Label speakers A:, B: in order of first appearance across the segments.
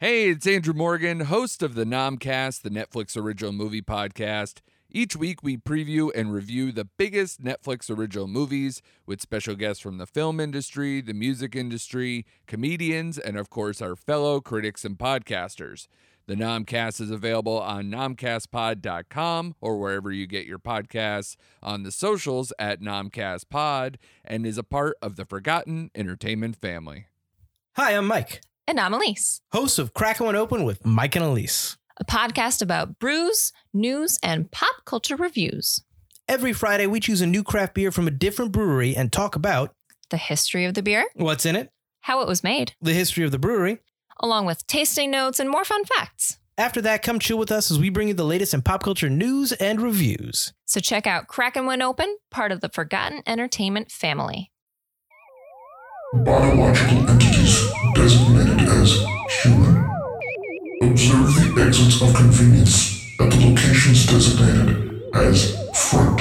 A: Hey, it's Andrew Morgan, host of the Nomcast, the Netflix original movie podcast. Each week, we preview and review the biggest Netflix original movies with special guests from the film industry, the music industry, comedians, and of course, our fellow critics and podcasters. The Nomcast is available on nomcastpod.com or wherever you get your podcasts, on the socials at nomcastpod, and is a part of the Forgotten Entertainment family.
B: Hi, I'm Mike,
C: And I'm Elise,
B: host of Crack One Open with Mike and Elise.
C: a podcast about brews, news, and pop culture reviews,
B: Every Friday, we choose a new craft beer from a different brewery and talk about
C: the history of the beer,
B: what's in it,
C: how it was made,
B: the history of the brewery.
C: along with tasting notes and more fun facts.
B: After that, come chill with us as we bring you the latest in pop culture news and reviews.
C: So check out Kraken When Open, part of the Forgotten Entertainment family.
D: biological entities designated as human. Observe the exits of convenience at the locations designated as front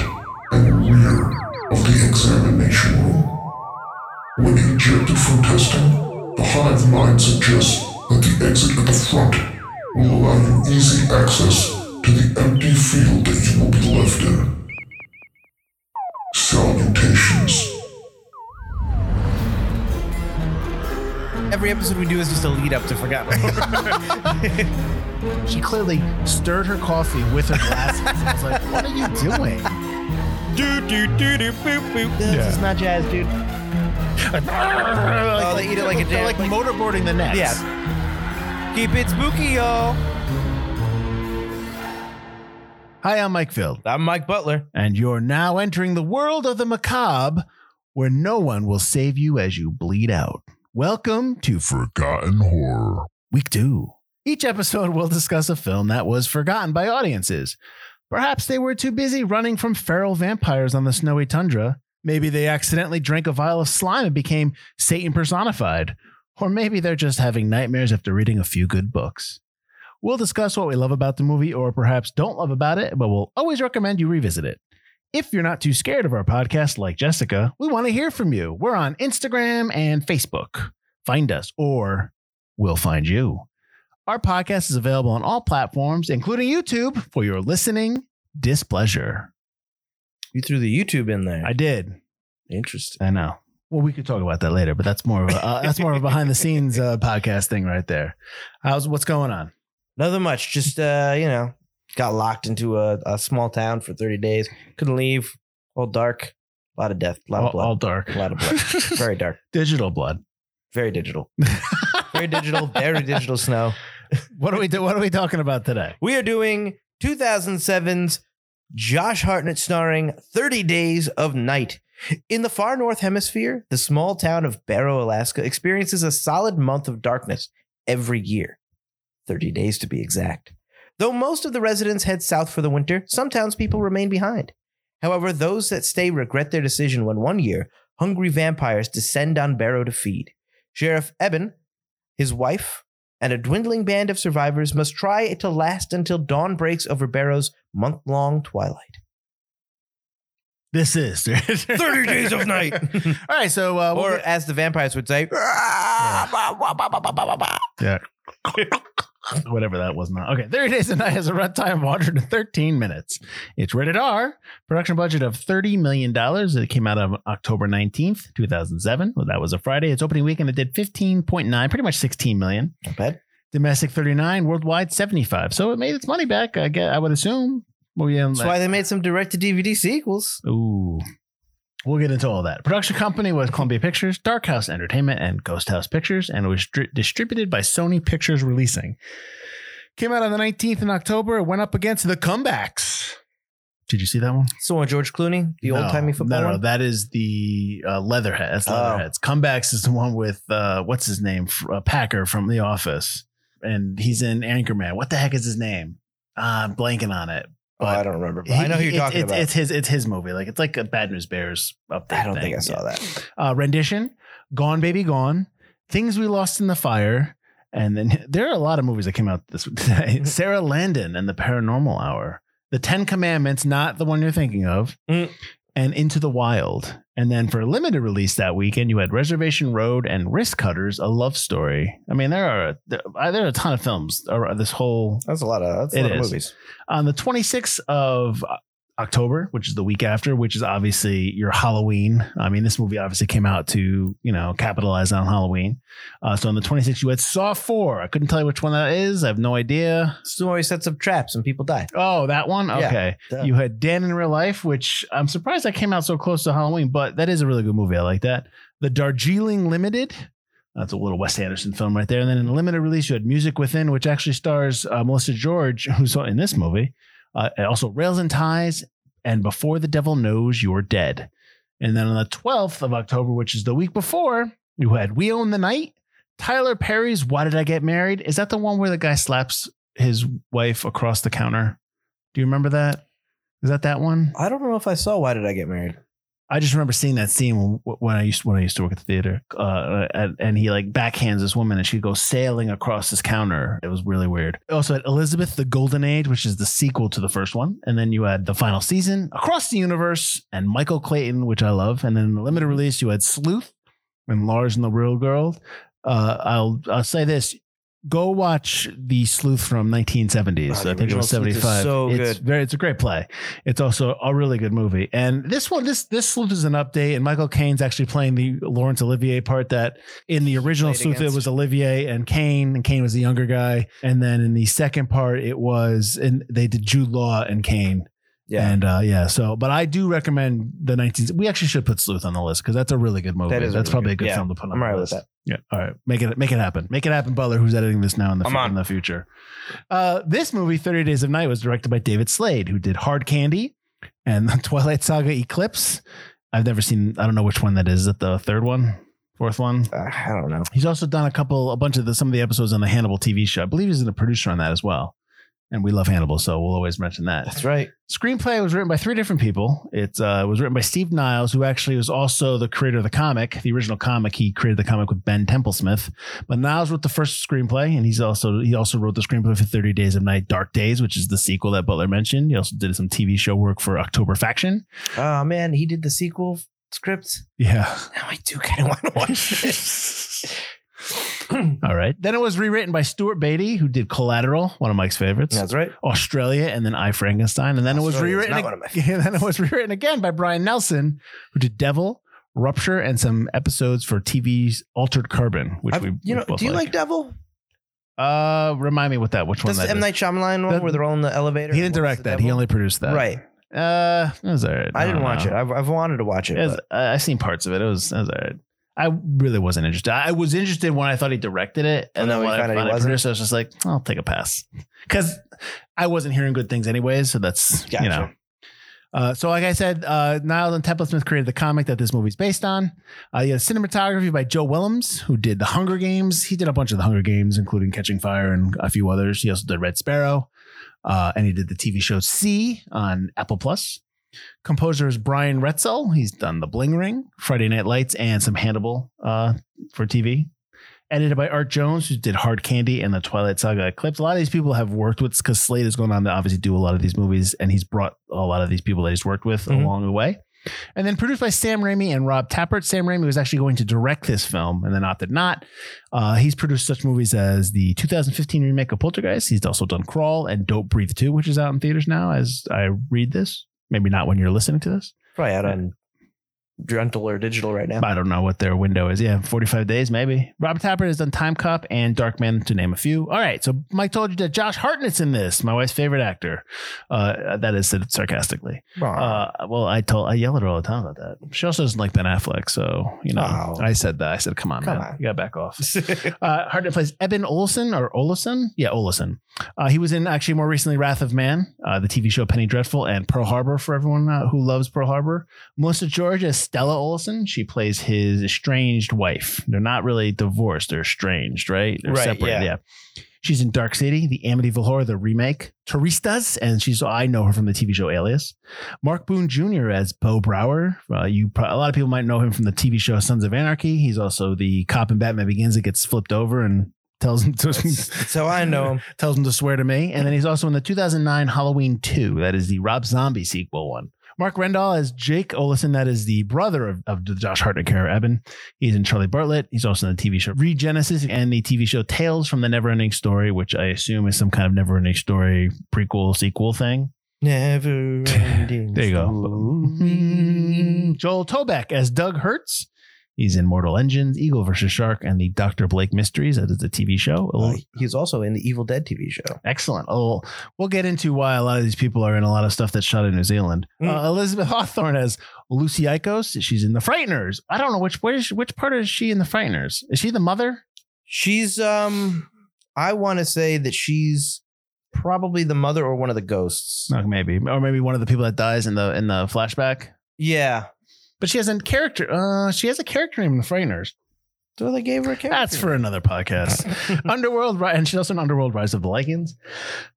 D: and rear of the examination room. When ejected from testing, the hive mind suggests that the exit at the front will allow you easy access to the empty field that you will be left in. Salutations.
B: Every episode we do is just a lead up to Forgotten.
E: She clearly stirred her coffee with her glasses. I was like, what are you doing? This is not jazz, dude. oh,
B: they eat it like a jazz-
E: They're like
B: like-
E: motorboarding the necks.
B: yeah. Keep it spooky, y'all.
E: Hi, I'm Mike Field,
B: I'm Mike Butler.
E: and you're now entering the world of the macabre where no one will save you as you bleed out. Welcome to
D: Forgotten Horror.
E: Week Two. Each episode will discuss a film that was forgotten by audiences. Perhaps they were too busy running from feral vampires on the snowy tundra. Maybe they accidentally drank a vial of slime and became Satan personified. Or maybe they're just having nightmares after reading a few good books. We'll discuss what we love about the movie or perhaps don't love about it, but we'll always recommend you revisit it. If you're not too scared of our podcast like Jessica, we want to hear from you. We're on Instagram and Facebook. Find us or we'll find you. Our podcast is available on all platforms, including YouTube, for your listening displeasure.
B: You threw the YouTube in there.
E: I did.
B: Interesting.
E: I know. Well, we could talk about that later, but that's more of a uh, that's more of a behind the scenes uh, podcast thing right there. How's what's going on?
B: Nothing much. Just uh, you know, got locked into a, a small town for 30 days. Couldn't leave. All dark. A lot of death. A lot
E: all,
B: of blood.
E: all dark.
B: A lot of blood. Very dark.
E: Digital blood.
B: Very digital. Very digital. Very digital snow.
E: What are we do? What are we talking about today?
B: We are doing 2007's Josh Hartnett starring 30 Days of Night. In the far north hemisphere, the small town of Barrow, Alaska experiences a solid month of darkness every year. 30 days to be exact. Though most of the residents head south for the winter, some townspeople remain behind. However, those that stay regret their decision when one year, hungry vampires descend on Barrow to feed. Sheriff Eben, his wife, and a dwindling band of survivors must try to last until dawn breaks over Barrow's month long twilight.
E: This is thirty
B: Days of Night.
E: All right, so uh, we'll
B: Or,
E: get-
B: as the vampires would say,
E: whatever that was not. Okay, 30 Days a Night has a runtime of 113 minutes. It's rated R, production budget of $30 million. It came out of October 19th, 2007. Well, that was a Friday. Its opening weekend, it did 15.9, pretty much 16 million.
B: not bad.
E: Domestic 39, worldwide 75. So it made its money back, I guess, I would assume. Well, yeah,
B: That's why they made some direct to DVD sequels.
E: Ooh. We'll get into all that. Production company was Columbia Pictures, Dark House Entertainment, and Ghost House Pictures, and it was dri- distributed by Sony Pictures Releasing. Came out on the 19th in October. It went up against The Comebacks. Did you see that one?
B: So, one George Clooney, the
E: No.
B: old timey football.
E: No, no,
B: one?
E: that is the uh, Leatherhead. That's
B: Oh.
E: Leatherheads. Comebacks is the one with, uh, what's his name? F- uh, Packer from The Office. And he's in Anchorman. What the heck is his name? Uh, I'm blanking on it.
B: oh, I don't remember. But I know who you're
E: It's-
B: talking
E: it's,
B: about.
E: It's his. It's his movie. Like it's like a Bad News Bears update.
B: I don't
E: thing.
B: think I saw
E: Yeah.
B: that.
E: Uh, rendition, Gone Baby Gone, Things We Lost in the Fire, and then there are a lot of movies that came out this
B: Mm-hmm.
E: today. Sarah Landon and the Paranormal Hour, The Ten Commandments, not the one you're thinking of,
B: Mm.
E: and Into the Wild. And then for limited release that weekend, you had Reservation Road and Wrist Cutters, A Love Story. I mean, there are there are a ton of films around this whole
B: That's a lot of that's a
E: It
B: lot of
E: is.
B: movies.
E: on the 26th of October, which is the week after, which is obviously your Halloween. I mean, this movie obviously came out to, you know, capitalize on Halloween. Uh, so on the 26th, you had Saw 4. I couldn't tell you which one that is. I have no idea.
B: This is where he sets up traps and people die.
E: Oh, that one?
B: Yeah.
E: Okay.
B: Duh.
E: You had Dan in Real Life, which I'm surprised that came out so close to Halloween, but that is a really good movie. I like that. The Darjeeling Limited. That's a little Wes Anderson film right there. And then in limited release, you had Music Within, which actually stars uh, Melissa George, who's in this movie. Uh, and also Rails and Ties and Before the Devil Knows You're Dead. And then on the 12th of October, which is the week before, you had We Own the Night, Tyler Perry's Why Did I Get Married? Is that the one where the guy slaps his wife across the counter? Do you remember that? Is that that one?
B: I don't know if I saw why did I get married.
E: I just remember seeing that scene when, when I used when I used to work at the theater, uh, and, and he like backhands this woman, and she goes sailing across this counter. It was really weird. Also, had Elizabeth: The Golden Age, which is the sequel to the first one, and then you had the final season, Across the Universe, and Michael Clayton, which I love, and then in the limited release you had Sleuth and Lars and the Real Girl. Uh, I'll I'll say this. Go watch the Sleuth from 1970s.
B: Wow, the
E: I think it was
B: original Sleuth is
E: 75.
B: so
E: it's
B: good.
E: very it's a great play. It's also a really good movie. And this one, this this sleuth is an update, and Michael Caine's actually playing the Laurence Olivier part that in the original
B: Played
E: sleuth
B: against.
E: it was Olivier and Kane, and Kane was the younger guy. And then in the second part, it was and they did Jude Law and Kane.
B: Yeah.
E: And uh yeah, so but I do recommend the 19 we actually should put Sleuth on the list because that's a really good movie.
B: That is a
E: that's
B: really
E: probably a
B: good-
E: good
B: yeah,
E: film to put on
B: I'm
E: the
B: all right with
E: list.
B: that.
E: Yeah. All right. Make it make it happen. Make it happen, Butler, who's editing this now in the
B: I'm
E: fu-
B: on.
E: in the future. Uh, this movie, 30 Days of Night, was directed by David Slade, who did Hard Candy and the Twilight Saga Eclipse. I've never seen, I don't know which one that is. Is it the third one? Fourth one?
B: Uh, I don't know.
E: He's also done a couple, a bunch of the, some of the episodes on the Hannibal TV show. I believe he's a producer on that as well. And we love Hannibal, so we'll always mention that.
B: That's right.
E: Screenplay was written by three different people. It uh, was written by Steve Niles, who actually was also the creator of the comic, the original comic. He created the comic with Ben Templesmith, but Niles wrote the first screenplay, and he's also he also wrote the screenplay for Thirty Days of Night, Dark Days, which is the sequel that Butler mentioned. He also did some TV show work for October Faction.
B: Oh man, he did the sequel script.
E: Yeah,
B: Now I do kind of want to watch it.
E: all right. Then it was rewritten by Stuart Beatty, who did Collateral, one of Mike's favorites.
B: That's right.
E: Australia and then I Frankenstein and then
B: Australia is
E: it
B: not
E: was rewritten
B: one of my
E: and then it was rewritten again by Brian Nelson who did Devil Rupture and some episodes for TV's Altered Carbon which
B: I've-
E: we
B: you
E: we
B: know,
E: both
B: do you like Devil?
E: uh remind me what that which one
B: That's
E: that
B: the M
E: is.
B: Night Shyamalan one
E: That-
B: where they're all in the elevator.
E: he didn't
B: What's
E: direct
B: the
E: that he
B: devil?
E: only produced that
B: right.
E: uh it was all right
B: I didn't
E: don't
B: watch
E: know.
B: it. I've, I've wanted to watch it.
E: It was-
B: but-
E: I- I've seen parts of it. It was, it was all right. I really wasn't interested. I was interested when I thought he directed it, and
B: And then
E: then
B: we
E: when I
B: found out he
E: found out
B: wasn't?
E: produced, it, I was just like, I'll take a pass because I wasn't hearing good things anyways. So that's
B: Gotcha.
E: you know. Uh, so, like I said, uh, Niles and Temple Smith created the comic that this movie's based on. Uh, you have cinematography by Joe Willems, who did The Hunger Games. He did a bunch of The Hunger Games, including Catching Fire and a few others. He also did Red Sparrow, uh, and he did the TV show C on Apple Plus. Composer is Brian Retzel. He's done The Bling Ring, Friday Night Lights, and some Hannibal uh, for TV. Edited by Art Jones, who did Hard Candy and the Twilight Saga Eclipse. A lot of these people have worked with because Slade is going on to obviously do a lot of these movies, and he's brought a lot of these people that he's worked with
B: Mhm.
E: along the way. And then produced by Sam Raimi and Rob Tappert. Sam Raimi was actually going to direct this film and then opted not. Uh, he's produced such movies as the 2015 remake of Poltergeist. He's also done Crawl and Don't Breathe 2, which is out in theaters now as I read this. Maybe not when you're listening to this.
B: Probably out on Druntal or digital right now.
E: I don't know what their window is. Yeah, 45 days maybe. Robert Tapper has done Time Cop and Dark Man to name a few. All right, so Mike told you that Josh Hartnett's in this, my wife's favorite actor. Uh, that is said sarcastically.
B: Aw.
E: Uh, well, I told I yell at her all the time about that. She also doesn't like Ben Affleck, so you know
B: Oh.
E: I said that. I said, "Come on,
B: Come
E: man,
B: on.
E: you got to back off." Uh, Hartnett plays Eben Olson or Olson. Yeah, Olson. Uh, he was in actually more recently Wrath of Man, uh, the TV show Penny Dreadful, and Pearl Harbor for everyone uh, who loves Pearl Harbor. Melissa George is Stella Olson. She plays his estranged wife. They're not really divorced, they're estranged, right? They're
B: Right,
E: separated.
B: yeah.
E: yeah. She's in Dark City, the Amityville Horror, the remake, Taristas, and she's I know her from the TV show Alias. Mark Boone Jr. as Bo Brower. Uh, you pro- a lot of people might know him from the TV show Sons of Anarchy. He's also the cop in Batman Begins that gets flipped over and tells him to
B: That's how I know him.
E: tells him to swear to me. And then he's also in the 2009 Halloween 2. That is the Rob Zombie sequel one. Mark Rendall as Jake Olison. That is the brother of, of the Josh Hartnett character, Eben. He's in Charlie Bartlett. He's also in the TV show Regenesis and the TV show Tales from the Neverending Story, which I assume is some kind of Neverending Story prequel, sequel thing.
B: Never ending.
E: There you go. Mm-hmm. Joel Toback as Doug Hertz. He's in Mortal Engines, Eagle versus Shark, and the Dr. Blake Mysteries. That is the TV show. A
B: Uh,
E: little-
B: he's also in the Evil Dead TV show.
E: Excellent. Oh, we'll get into why a lot of these people are in a lot of stuff that's shot in New Zealand.
B: Mm.
E: Uh, Elizabeth Hawthorne as Lucy Icos. She's in The Frighteners. I don't know which where is, which part is she in The Frighteners? Is she the mother?
B: She's um I want to say that she's probably the mother or one of the ghosts.
E: No, maybe, or maybe one of the people that dies in the in the flashback.
B: Yeah.
E: But she has a character. Uh, she has a character name in The Frighteners.
B: So they gave her a character.
E: That's for another podcast. Underworld, Ri- and she's also in Underworld Rise of the Lycans.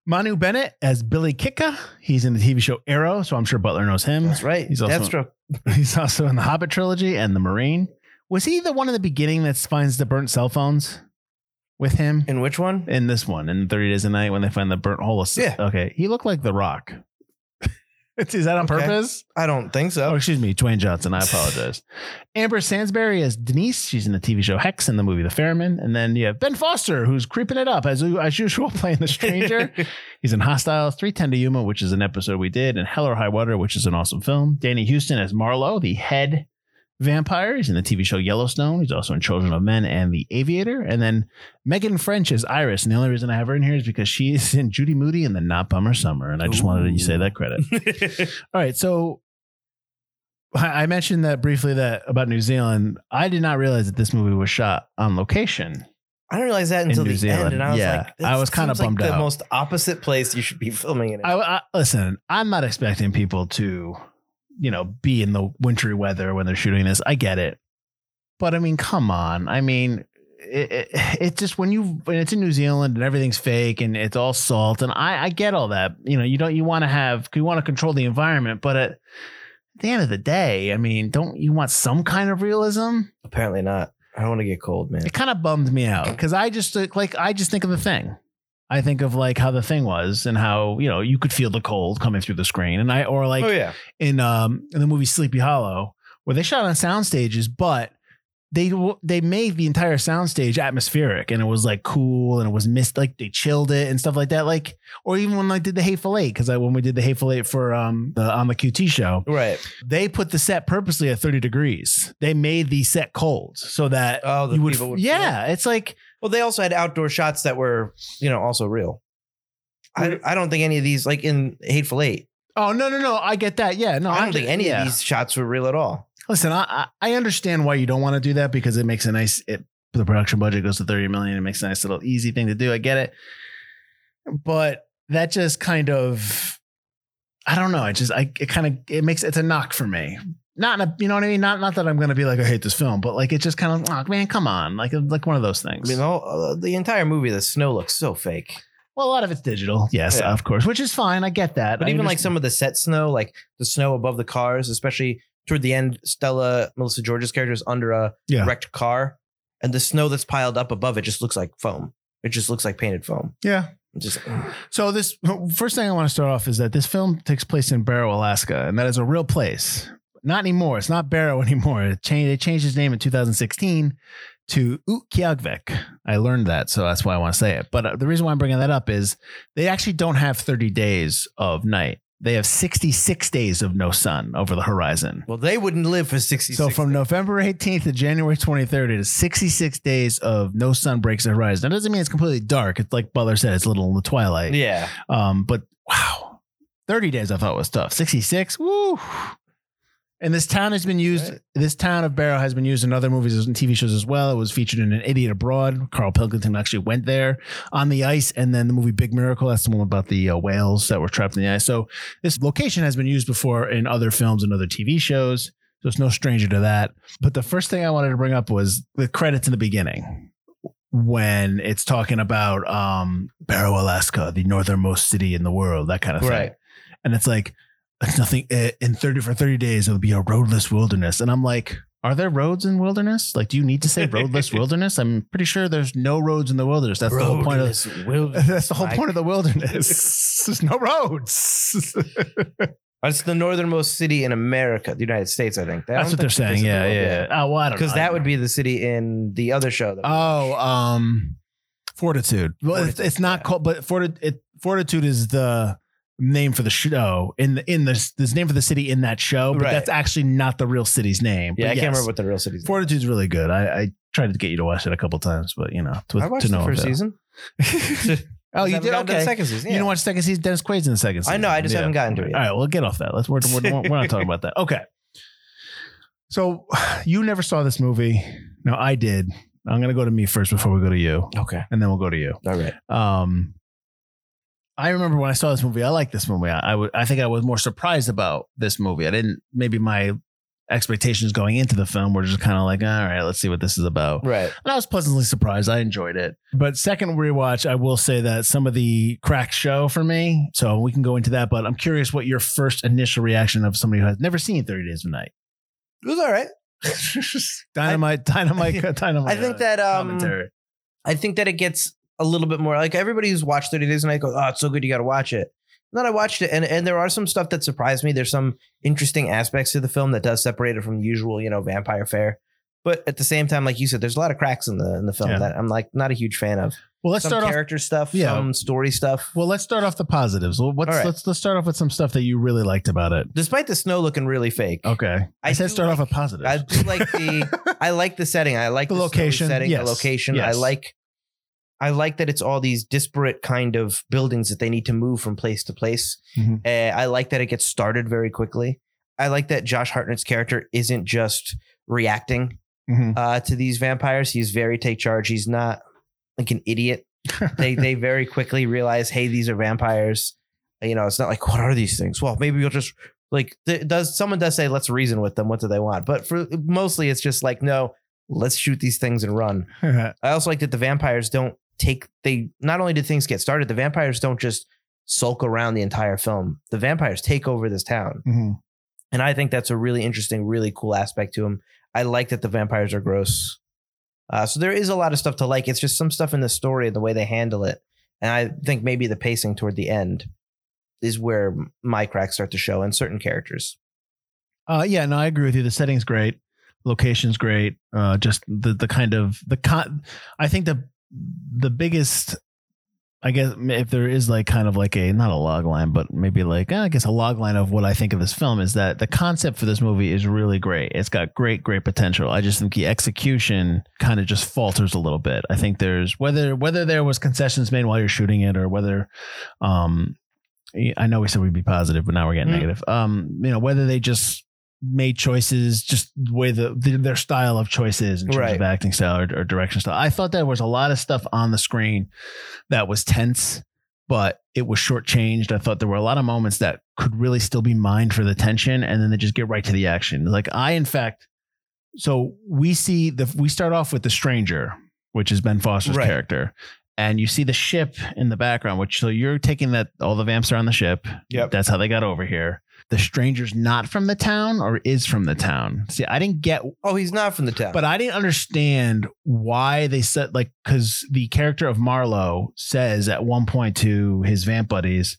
E: Manu Bennett as Billy Kicka. He's in the TV show Arrow, so I'm sure Butler knows him.
B: That's right.
E: He's also-
B: Deathstroke.
E: He's also in the Hobbit trilogy and the Marine. Was he the one in the beginning that finds the burnt cell phones with him
B: In which one?
E: in this one in 30 Days a Night when they find the burnt hole? Of,
B: Yeah.
E: Okay. He looked like The Rock. Is that on
B: Okay.
E: purpose?
B: I don't think
E: Oh,
B: so.
E: excuse me, Dwayne Johnson. I apologize. Amber Sansbury as Denise. She's in the TV show Hex and the movie The Fairman. And then you have Ben Foster, who's creeping it up as, as usual, playing the stranger. He's in Hostiles, 310 to Yuma, which is an episode we did, and Hell or High Water, which is an awesome film. Danny Houston as Marlowe, the head vampire. He's in the TV show Yellowstone. He's also in Children of Men and The Aviator. And then Megan French as Iris. And the only reason I have her in here is because she is in Judy Moody and The Not Bummer Summer. And I just wanted to say that credit. All right, so I I mentioned that briefly that about New Zealand. I did not realize that this movie was shot on location.
B: I didn't realize that until
E: New
B: the
E: Zealand,
B: end, and I was
E: yeah.
B: like, this
E: I was kinda
B: seems like
E: bummed
B: the
E: out.
B: most opposite place you should be filming it. In.
E: I, I listen. I'm not expecting people to, you know, be in the wintry weather when they're shooting this. I get it, but I mean, come on. I mean, it, it, it's just when you when it's in New Zealand and everything's fake and it's all salt and I I get all that. You know, you don't you want to have you want to control the environment, but at the end of the day, I mean, don't you want some kind of realism?
B: Apparently not. I don't want to get cold, man.
E: it kind of bummed me out because I just uh, like I just think of the thing. I think of like how the thing was and how you know you could feel the cold coming through the screen and I or like
B: oh yeah,
E: in um in the movie Sleepy Hollow where they shot on sound stages but they w- they made the entire soundstage atmospheric and it was like cool and it was mist like they chilled it and stuff like that like or even when I did the Hateful Eight because I when we did the Hateful Eight for um the on the QT show
B: right.
E: they put the set purposely at 30 degrees they made the set cold so that
B: Oh, the
E: you would,
B: people would feel
E: yeah it's like
B: Well, they also had outdoor shots that were, you know, also real. I, I don't think any of these, like in Hateful Eight,
E: Oh no no no! I get that. Yeah, no,
B: I don't think any
E: yeah.
B: of these shots were real at all.
E: Listen, I I I understand why you don't want to do that because it makes a nice. It, the production budget goes to thirty million. It makes a nice little easy thing to do. I get it, but that just kind of, I don't know. It just I it kind of it makes it's a knock for me. Not in a, you know what I mean. Not not that I'm gonna be like I hate this film, but like it just kind of like man, come on, like like one of those
B: I
E: things.
B: mean, all, uh, the entire movie, the snow looks so fake.
E: well, a lot of it's digital, yes,
B: Yeah.
E: of course, which is fine. I get that.
B: But
E: I
B: even like
E: understand-
B: some of the set snow, like the snow above the cars, especially toward the end, Stella Melissa George's character is under a
E: Yeah.
B: wrecked car, and the snow that's piled up above it just looks like foam. It just looks like painted foam.
E: yeah.
B: It's just "Mm."
E: So this first thing I want to start off is that this film takes place in Barrow, Alaska, and that is a real place. Not anymore. It's not Barrow anymore. It changed. It changed its name in 2016 to Utqiagvik. I learned that, so that's why I want to say it. But uh, the reason why I'm bringing that up is they actually don't have 30 days of night. They have 66 days of no sun over the horizon.
B: well, they wouldn't live for sixty.
E: So from November 18th to January 23rd, it is 66 days of no sun breaks the horizon. That doesn't mean it's completely dark. It's like Butler said, it's a little in the twilight.
B: yeah,
E: Um, but wow, 30 days I thought was tough. 66, woo. And this town has been used,
B: Right.
E: this town of Barrow has been used in other movies and TV shows as well. It was featured in An Idiot Abroad. Carl Pilkington actually went there on the ice. And then the movie Big Miracle, that's the one about the uh, whales that were trapped in the ice. So this location has been used before in other films and other TV shows. So it's no stranger to that. But the first thing I wanted to bring up was the credits in the beginning when it's talking about um Barrow, Alaska, the northernmost city in the world, that kind of thing.
B: Right.
E: And it's like it's nothing eh, in 30 for 30 days it'll be a roadless wilderness. And I'm like, are there roads in wilderness? Like do you need to say roadless wilderness? I'm pretty sure there's no roads in the wilderness. That's the whole point of
B: Roadless wilderness,
E: that's the whole
B: Mike.
E: point of the wilderness. There's no roads.
B: It's the northernmost city in America, the United States, I think. I
E: That's
B: don't
E: what they're
B: think this
E: saying.
B: is
E: Yeah,
B: the world,
E: yeah. Oh, well, I don't
B: Because
E: know.
B: that would be the city in the other show. That we-
E: Oh, um, Fortitude. Well, it's-
B: Fortitude,
E: it's not
B: yeah.
E: called, but Fortitude. It, Fortitude is the name for the show in the in the this name for the city in that show, but
B: Right.
E: that's actually not the real city's name.
B: yeah, I
E: But
B: can't
E: yes,
B: remember what the real city's. name
E: Fortitude's really good. I, I tried to get you to watch it a couple times, but you know, to,
B: is. I watched
E: to no
B: the first
E: avail.
B: season. Just
E: oh, you
B: haven't
E: did
B: gotten to the
E: okay.
B: second season.
E: You
B: yeah.
E: didn't watch the second season. Dennis Quaid's in the second season.
B: I know. I just haven't gotten to it.
E: All right, we'll get off that. Let's we're, we're, we're not talking about that. Okay. So you never saw this movie. No, I did. I'm gonna go to me first before we go to you,
B: Okay.
E: and then we'll go to you.
B: All right.
E: Um, I remember when I saw this movie. I liked this movie. I, I would. I think I was more surprised about this movie. I didn't. Maybe my expectations going into the film were just kind of like, all right, let's see what this is about.
B: Right.
E: And I was pleasantly surprised. I enjoyed it. But second rewatch, I will say that some of the cracks show for me. So we can go into that. But I'm curious what your first initial reaction of somebody who has never seen 30 Days of Night.
B: It was all right.
E: Dynamite, dynamite, dynamite. uh,
B: I think that um,
E: commentary.
B: I think that it gets a little bit more like everybody who's watched 30 Days a Night goes, oh, it's so good, you got to watch it. And then I watched it, and, and there are some stuff that surprised me. There's some interesting aspects to the film that does separate it from the usual, you know, vampire fare. But at the same time, like you said, there's a lot of cracks in the in the film
E: Yeah.
B: that I'm like not a huge fan of.
E: Well, let's
B: some
E: start off.
B: character stuff,
E: Yeah.
B: some story stuff.
E: Well, let's start off the positives. Well, what's,
B: All right.
E: let's let's start off with some stuff that you really liked about it.
B: Despite the snow looking really fake,
E: Okay, I,
B: I
E: said
B: do
E: start off
B: like-
E: with positives.
B: I do like the I like the setting. I like
E: The
B: the, story
E: location,
B: setting,
E: yes,
B: the location.
E: yes.
B: I like I like that it's all these disparate kind of buildings that they need to move from place to place.
E: Mhm.
B: Uh, I like that it gets started very quickly. I like that Josh Hartnett's character isn't just reacting
E: Mhm.
B: uh, to these vampires. He's very take charge. He's not like an idiot. They they very quickly realize, hey, these are vampires. You know, it's not like what are these things? Well, maybe we'll just like th- does someone does say let's reason with them. What do they want? But for mostly, it's just like no, let's shoot these things and run. I also like that the vampires don't take they not only did things get started, the vampires don't just sulk around the entire film. The vampires take over this town.
E: Mhm.
B: And I think that's a really interesting, really cool aspect to them. I like that the vampires are gross. Uh, so there is a lot of stuff to like. It's just some stuff in the story and the way they handle it. And I think maybe the pacing toward the end is where my cracks start to show in certain characters.
E: Uh, yeah, no, I agree with you. The setting's great, location's great. Uh, just the the kind of the con. I think the the biggest, I guess, if there is like kind of like a not a log line, but maybe like eh, I guess a log line of what I think of this film is that the concept for this movie is really great. It's got great, great potential. I just think the execution kind of just falters a little bit. I think there's whether whether there was concessions made while you're shooting it or whether um I know we said we'd be positive, but now we're getting
B: Mm.
E: negative. Um, you know, whether they just made choices, just the way the, the their style of choices in terms of
B: Right.
E: acting style or, or direction style. I thought there was a lot of stuff on the screen that was tense, but it was shortchanged. I thought there were a lot of moments that could really still be mined for the tension, and then they just get right to the action. Like I, in fact, so we see the we start off with the stranger, which is Ben Foster's
B: Right.
E: character. And you see the ship in the background, which so you're taking that all the vamps are on the ship.
B: Yep.
E: That's how they got over here. The stranger's not from the town or is from the town. See, I didn't get
B: Oh, he's not from the town.
E: but I didn't understand why they said like because the character of Marlowe says at one point to his vamp buddies,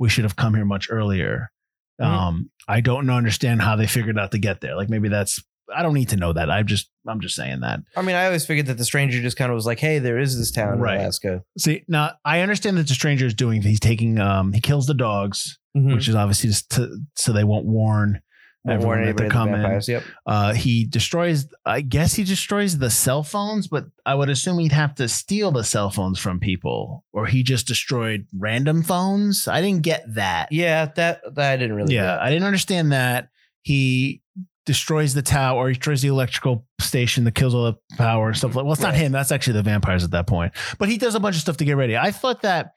E: "We should have come here much earlier."
B: Mhm.
E: Um, I don't know- understand how they figured out to get there. Like maybe that's I don't need to know that. I just I'm just saying that.
B: I mean, I always figured that the stranger just kind of was like, hey, there is this town
E: Right.
B: in Alaska.
E: See now I understand that the stranger is doing. He's taking um he kills the dogs,
B: Mhm.
E: which is obviously just to, so they won't warn
B: Won't warn
E: everyone that
B: anybody
E: they're
B: of the
E: coming.
B: vampires. Yep.
E: Uh, he destroys, I guess he destroys the cell phones, but I would assume he'd have to steal the cell phones from people, or he just destroyed random phones. I didn't get that.
B: Yeah, that that I didn't really.
E: yeah,
B: get.
E: I didn't understand that. He destroys the tower, or he destroys the electrical station that kills all the power and stuff like. Well, it's not
B: Right.
E: him. That's actually the vampires at that point. But he does a bunch of stuff to get ready. I thought that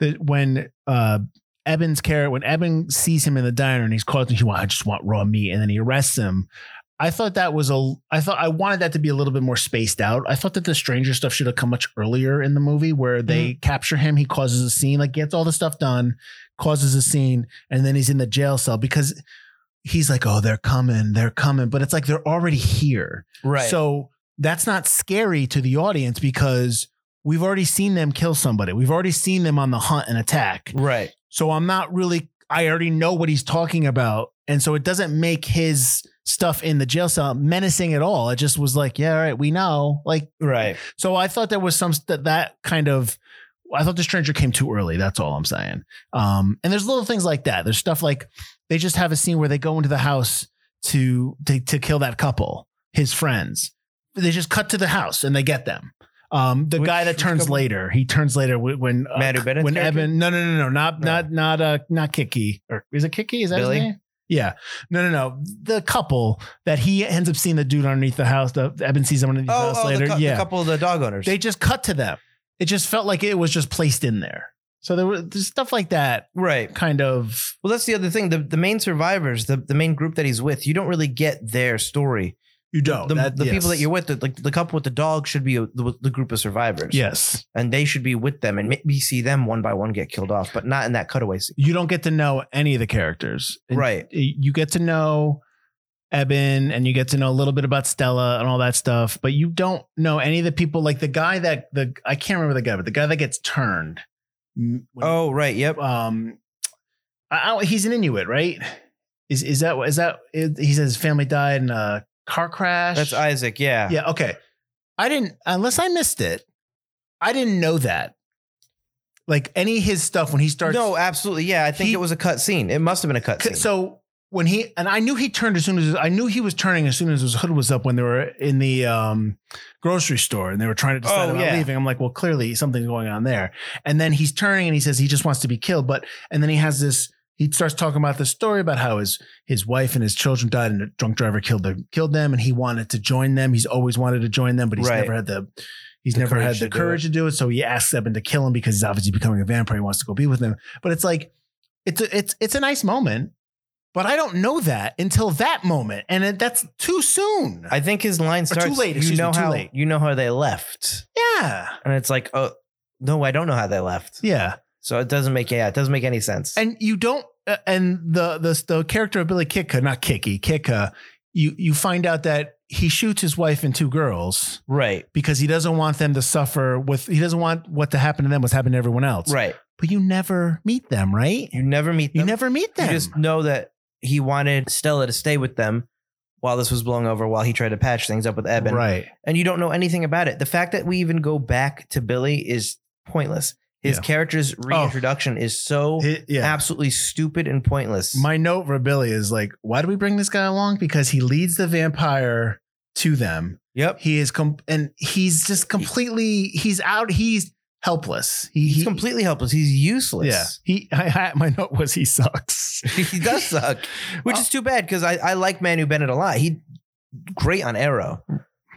E: that when uh Eben's character, when Eben sees him in the diner and he's called, he wants, I just want raw meat, and then he arrests him. I thought that was a. I thought I wanted that to be a little bit more spaced out. I thought that the stranger stuff should have come much earlier in the movie, where they capture him, he causes a scene, like gets all the stuff done, causes a scene, and then he's in the jail cell because he's like, "Oh, they're coming, they're coming," but it's like they're already here.
B: right.
E: So that's not scary to the audience because we've already seen them kill somebody. We've already seen them on the hunt and attack.
B: right.
E: So I'm not really I already know what he's talking about. And so it doesn't make his stuff in the jail cell menacing at all. It just was like, yeah, all right, we know. Like,
B: Right.
E: so I thought there was some that that kind of I thought the stranger came too early. That's all I'm saying. Um, and there's little things like that. There's stuff like they just have a scene where they go into the house to to, to kill that couple, his friends. They just cut to the house and they get them. Um, the
B: Which-
E: guy that
B: which
E: turns
B: couple?
E: later, he turns later wh- when uh,
B: Matt Bennett's
E: when
B: character?
E: Evan. No, no, no, no, not
B: No.
E: not not uh not Kiki or is it Kiki? Is that
B: Billy?
E: his name? Yeah. No, no, no. The couple that he ends up seeing the dude underneath the house. The Evan sees him underneath the
B: Oh,
E: house
B: oh
E: later.
B: the, cou-
E: yeah.
B: the couple of the dog owners.
E: They just cut to them. It just felt like it was just placed in there. So there was there's stuff like that
B: right.
E: kind of
B: Well, that's the other thing. The, the main survivors, the, the main group that he's with, you don't really get their story.
E: you
B: the the people that you're with, the, like the couple with the dog, should be uh, the, the group of survivors.
E: Yes.
B: and they should be with them and maybe see them one by one get killed off, but not in that cutaway scene.
E: You don't get to know any of the characters. And
B: Right.
E: You get to know Eben and you get to know a little bit about Stella and all that stuff, but you don't know any of the people like the guy that the I can't remember the guy, but the guy that gets turned. mm, when-
B: Oh, right. Yep.
E: um I, I- he's an Inuit, right? Is is that is that he says his family died in a car crash?
B: That's Isaac. Yeah.
E: Yeah. Okay. I didn't, unless I missed it, I didn't know that. Like any of his stuff when he starts.
B: No, absolutely. Yeah. I think
E: He-
B: it was a cut scene. It must have been a cut
E: C-
B: scene.
E: So when he, and I knew he turned as soon as, I knew he was turning as soon as his hood was up when they were in the um, grocery store and they were trying to decide
B: Oh,
E: about
B: yeah.
E: leaving. I'm like, well, clearly something's going on there. And then he's turning and he says he just wants to be killed. But, and then he has this, he starts talking about this story about how his his wife and his children died and a drunk driver killed them killed them and he wanted to join them he's always wanted to join them but he's
B: Right.
E: never had the he's
B: The
E: never had
B: courage
E: the
B: to do
E: courage
B: it.
E: to do it so he asks Eben to kill him because he's obviously becoming a vampire he wants to go be with him but it's like it's a, it's it's a nice moment but I don't know that until that moment and it, that's too soon
B: I think his line
E: too
B: starts. You
E: late, excuse
B: know
E: me, too
B: how
E: late.
B: you know how they left,
E: yeah
B: and it's like, oh no, I don't know how they left.
E: yeah
B: So it doesn't make yeah, it doesn't make any sense.
E: and you don't uh, and the the the character of Billy Kitka not Kiki Kitka you you find out that he shoots his wife and two girls
B: right.
E: because he doesn't want them to suffer with he doesn't want what to happen to them what's happened to everyone else.
B: Right.
E: But you never meet them, right?
B: You never meet them.
E: You never meet
B: You
E: them.
B: just know that he wanted Stella to stay with them while this was blowing over, while he tried to patch things up with Eben.
E: right.
B: and you don't know anything about it. The fact that we even go back to Billy is pointless. His
E: Yeah.
B: character's reintroduction is so
E: It- yeah.
B: absolutely stupid and pointless.
E: My note for Billy is like, why do we bring this guy along? Because he leads the vampire to them.
B: yep.
E: He is com- and he's just completely he's out he's helpless. He,
B: He's
E: he-
B: completely helpless. He's
E: yeah.
B: useless.
E: He I, I, my note was he sucks.
B: he does suck, which is too bad because I, I like Manu Bennett a lot. He great on Arrow.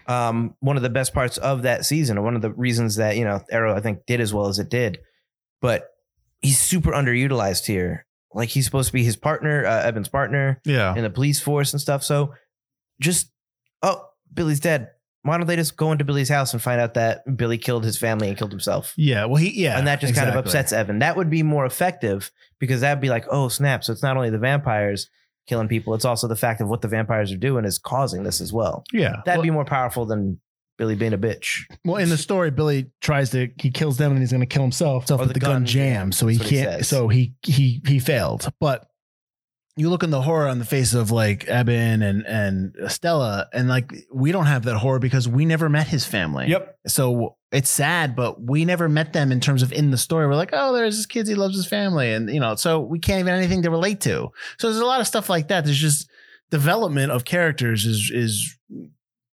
B: Um, one of the best parts of that season, and one of the reasons that you know Arrow I think did as well as it did. But he's super underutilized here. Like he's supposed to be his partner, uh, Evan's partner.
E: Yeah.
B: in the police force and stuff. So just oh, Billy's dead. Why don't they just go into Billy's house and find out that Billy killed his family and killed himself?
E: Yeah. Well he yeah.
B: and that just kind of
E: exactly.
B: upsets Evan. That would be more effective because that'd be like, oh snap! So it's not only the vampires killing people; it's also the fact of what the vampires are doing is causing this as well.
E: Yeah.
B: That'd
E: Well-
B: be more powerful than Billy being a bitch.
E: Well, in the story, Billy tries to he kills them and he's going to kill himself, but the,
B: Oh, the
E: gun,
B: gun
E: jams, so he
B: That's what he
E: can't.
B: says.
E: so he he he failed. But you look in the horror on the face of like Eben and and Stella, and like we don't have that horror because we never met his family.
B: Yep.
E: So it's sad, but we never met them in terms of in the story. We're like, oh, there's this kid, he loves his family, and you know, so we can't even anything to relate to. So there's a lot of stuff like that. There's just development of characters is is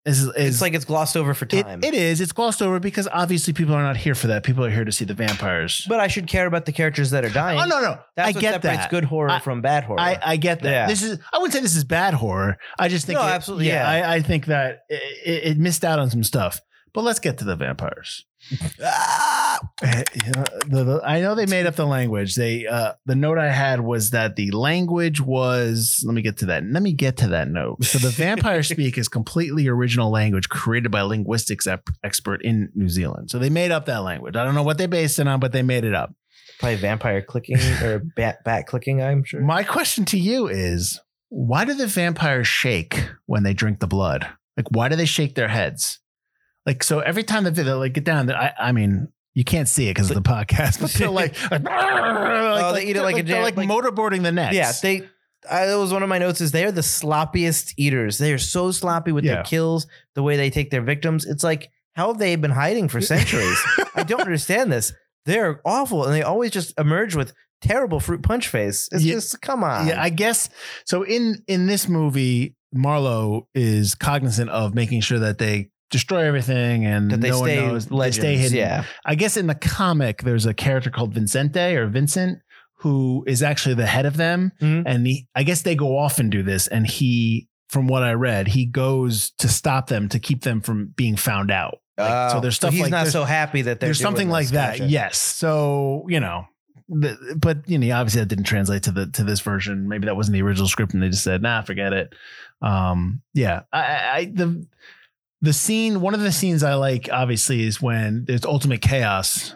E: is, is
B: It's like it's glossed over for
E: it-
B: time.
E: it is. It's glossed over because obviously people are not here for that. People are here to see the vampires.
B: but I should care about the characters that are dying.
E: oh no, no,
B: That's
E: I
B: what
E: get
B: separates
E: that.
B: good horror
E: I-
B: from bad horror.
E: I, I get that.
B: Yeah.
E: This is. I wouldn't say this is bad horror. I just think.
B: No,
E: it-
B: absolutely, yeah.
E: I, I think that it, it, it missed out on some stuff. But let's get to the vampires.
B: Ah!
E: Uh, yeah, the- the- I know they made up the language. They uh, the note I had was that the language was. Let me get to that. Let me get to that note. So the vampire speak is completely original language created by a linguistics ep- expert in New Zealand. So they made up that language. I don't know what they based it on, but they made it up.
B: Probably vampire clicking or bat bat clicking. I'm sure.
E: My question to you is, why do the vampires shake when they drink the blood? Like, why do they shake their heads? Like, so every time the they like get down, I, I mean, You can't see it because of the podcast, but they're like, like,
B: they eat it like a
E: they're
B: jam-
E: like
B: like-
E: motorboarding the nets.
B: Yeah, they. I, that was one of my notes. Is they are the sloppiest eaters. They are so sloppy with
E: Yeah.
B: their kills, the way they take their victims. It's like how have they been hiding for centuries. I don't understand this. They're awful, and they always just emerge with terrible fruit punch face. It's
E: Yeah.
B: just come on.
E: yeah, I guess so. In in this movie, Marlowe is cognizant of making sure that they destroy everything and
B: that they
E: no
B: stay
E: one knows.
B: legends.
E: They stay hidden.
B: Yeah,
E: I guess in the comic, there's a character called Vincente or Vincent who is actually the head of them,
B: Mhm.
E: and he, I guess they go off and do this, and he. From what I read, he goes to stop them to keep them from being found out. Like, so
B: Oh,
E: there's stuff
B: he's
E: like
B: not
E: there's-
B: so happy that they're
E: there's
B: doing
E: something
B: this.
E: like that.
B: Gotcha.
E: Yes. So you know, th- but you know, obviously that didn't translate to the to this version. Maybe that wasn't the original script, and they just said, "Nah, forget it." Um, yeah, I, I I- the the scene. One of the scenes I like, obviously, is when there's ultimate chaos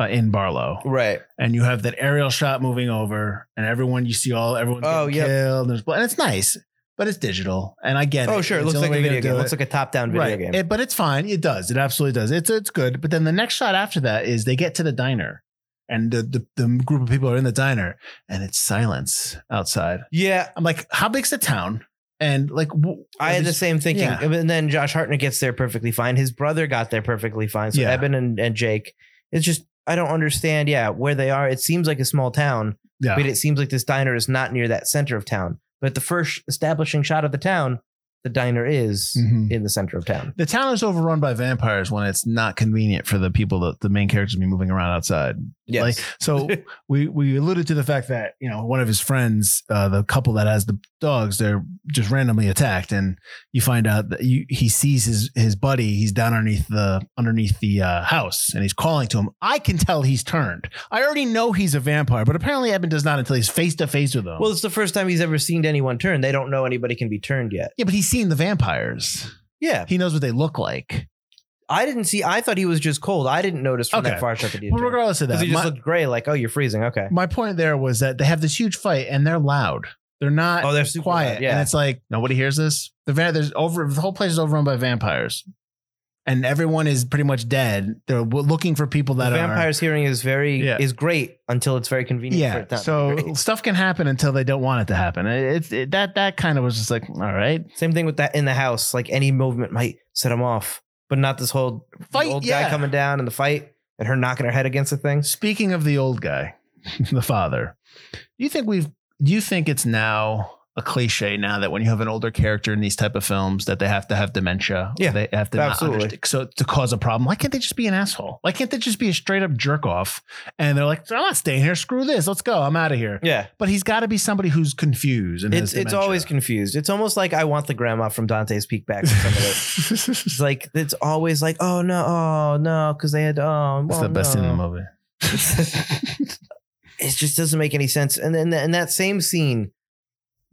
E: uh, in Barlow,
B: Right.
E: and you have that aerial shot moving over, and everyone you see all everyone
B: Oh,
E: getting
B: yep.
E: killed. And, there's, blood, and it's nice, but it's digital, and I get it.
B: Oh, sure. It
E: It's
B: looks
E: the
B: like
E: only
B: a
E: way to
B: video
E: do
B: game.
E: it.
B: looks like a top-down video
E: right.
B: game.
E: It- but it's fine. It does. It absolutely does. It's it's good. But then the next shot after that is they get to the diner, and the the, the group of people are in the diner, and it's silence outside.
B: yeah,
E: I'm like, how big's the town? And like, w-
B: I had the same thinking.
E: Yeah.
B: And then Josh Hartnett gets there perfectly fine. His brother got there perfectly fine. So
E: Yeah.
B: Eben and, and Jake. It's just I don't understand, yeah, where they are. It seems like a small town,
E: Yeah.
B: but it seems like this diner is not near that center of town. But the first establishing shot of the town, the diner is
E: Mhm.
B: in the center of town.
E: The town is overrun by vampires when it's not convenient for the people that the main characters to be moving around outside.
B: Yes.
E: Like, so we we alluded to the fact that you know one of his friends, uh, the couple that has the dogs, they're just randomly attacked, and you find out that you, he sees his his buddy. He's down underneath the underneath the uh, house, and he's calling to him. I can tell he's turned. I already know he's a vampire, but apparently Eben does not until he's face to face with them.
B: well, it's the first time he's ever seen anyone turn. They don't know anybody can be turned yet.
E: yeah, but he's seen the vampires.
B: Yeah.
E: He knows what they look like.
B: I didn't see I thought he was just cold. I didn't notice from
E: Okay.
B: that far shot that he
E: But regardless of that,
B: because he just
E: my-
B: looked gray, like, oh, you're freezing. Okay.
E: my point there was that they have this huge fight and they're loud. They're not
B: Oh, they're super
E: quiet.
B: loud, Yeah.
E: And it's like nobody hears this. The van- there's over the whole place is overrun by vampires. And everyone is pretty much dead. They're w- looking for people that
B: the
E: are
B: vampire's hearing is very
E: Yeah.
B: is great until it's very convenient for it
E: yeah.
B: not to be
E: So
B: great.
E: stuff can happen until they don't want it to happen. It- It's it, that that kind of was just like all right,
B: same thing with that in the house like any movement might set him off but not this whole the
E: Fight,
B: old
E: yeah.
B: guy coming down and the fight and her knocking her head against the thing
E: Speaking of the old guy, the father, do you think we've do you think it's now a cliche now that when you have an older character in these type of films that they have to have dementia?
B: Yeah,
E: They have to not
B: absolutely.
E: understand- so to cause a problem. Why can't they just be an asshole? Why can't they just be a straight up jerk off? And they're like, I'm not staying here. Screw this. Let's go. I'm out of here.
B: yeah
E: But he's got to be somebody who's confused. And
B: it's
E: has
B: it's
E: dementia.
B: always confused it's almost like i want the grandma from dante's peak back for some of this it's like it's always like oh no oh no because they had oh
E: That's
B: well,
E: the best thing in the
B: no.
E: movie.
B: it just doesn't make any sense and then in that same scene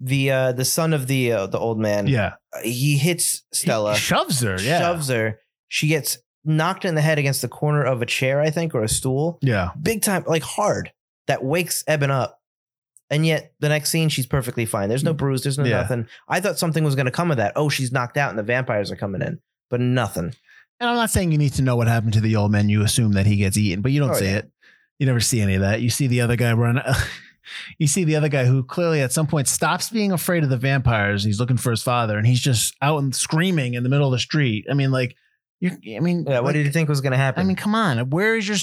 B: the uh the son of the uh, the old man
E: Yeah.
B: he hits stella
E: He shoves her. Yeah.
B: shoves her. She gets knocked in the head against the corner of a chair, I think, or a stool.
E: Yeah.
B: Big time, like hard. That wakes Eben up. And yet the next scene, she's perfectly fine. There's no bruise, there's no
E: Mm. Yeah.
B: nothing. I thought something was gonna come of that. Oh, she's knocked out and the vampires are coming in. But nothing.
E: And I'm not saying you need to know what happened to the old man. You assume that he gets eaten, but you don't
B: Oh,
E: see
B: yeah.
E: it. You never see any of that. You see the other guy run. you see the other guy who clearly at some point stops being afraid of the vampires. He's looking for his father, and he's just out and screaming in the middle of the street. I mean, like, you. I mean,
B: Yeah, what
E: like,
B: did you think was gonna happen?
E: I mean, come on. Where is your?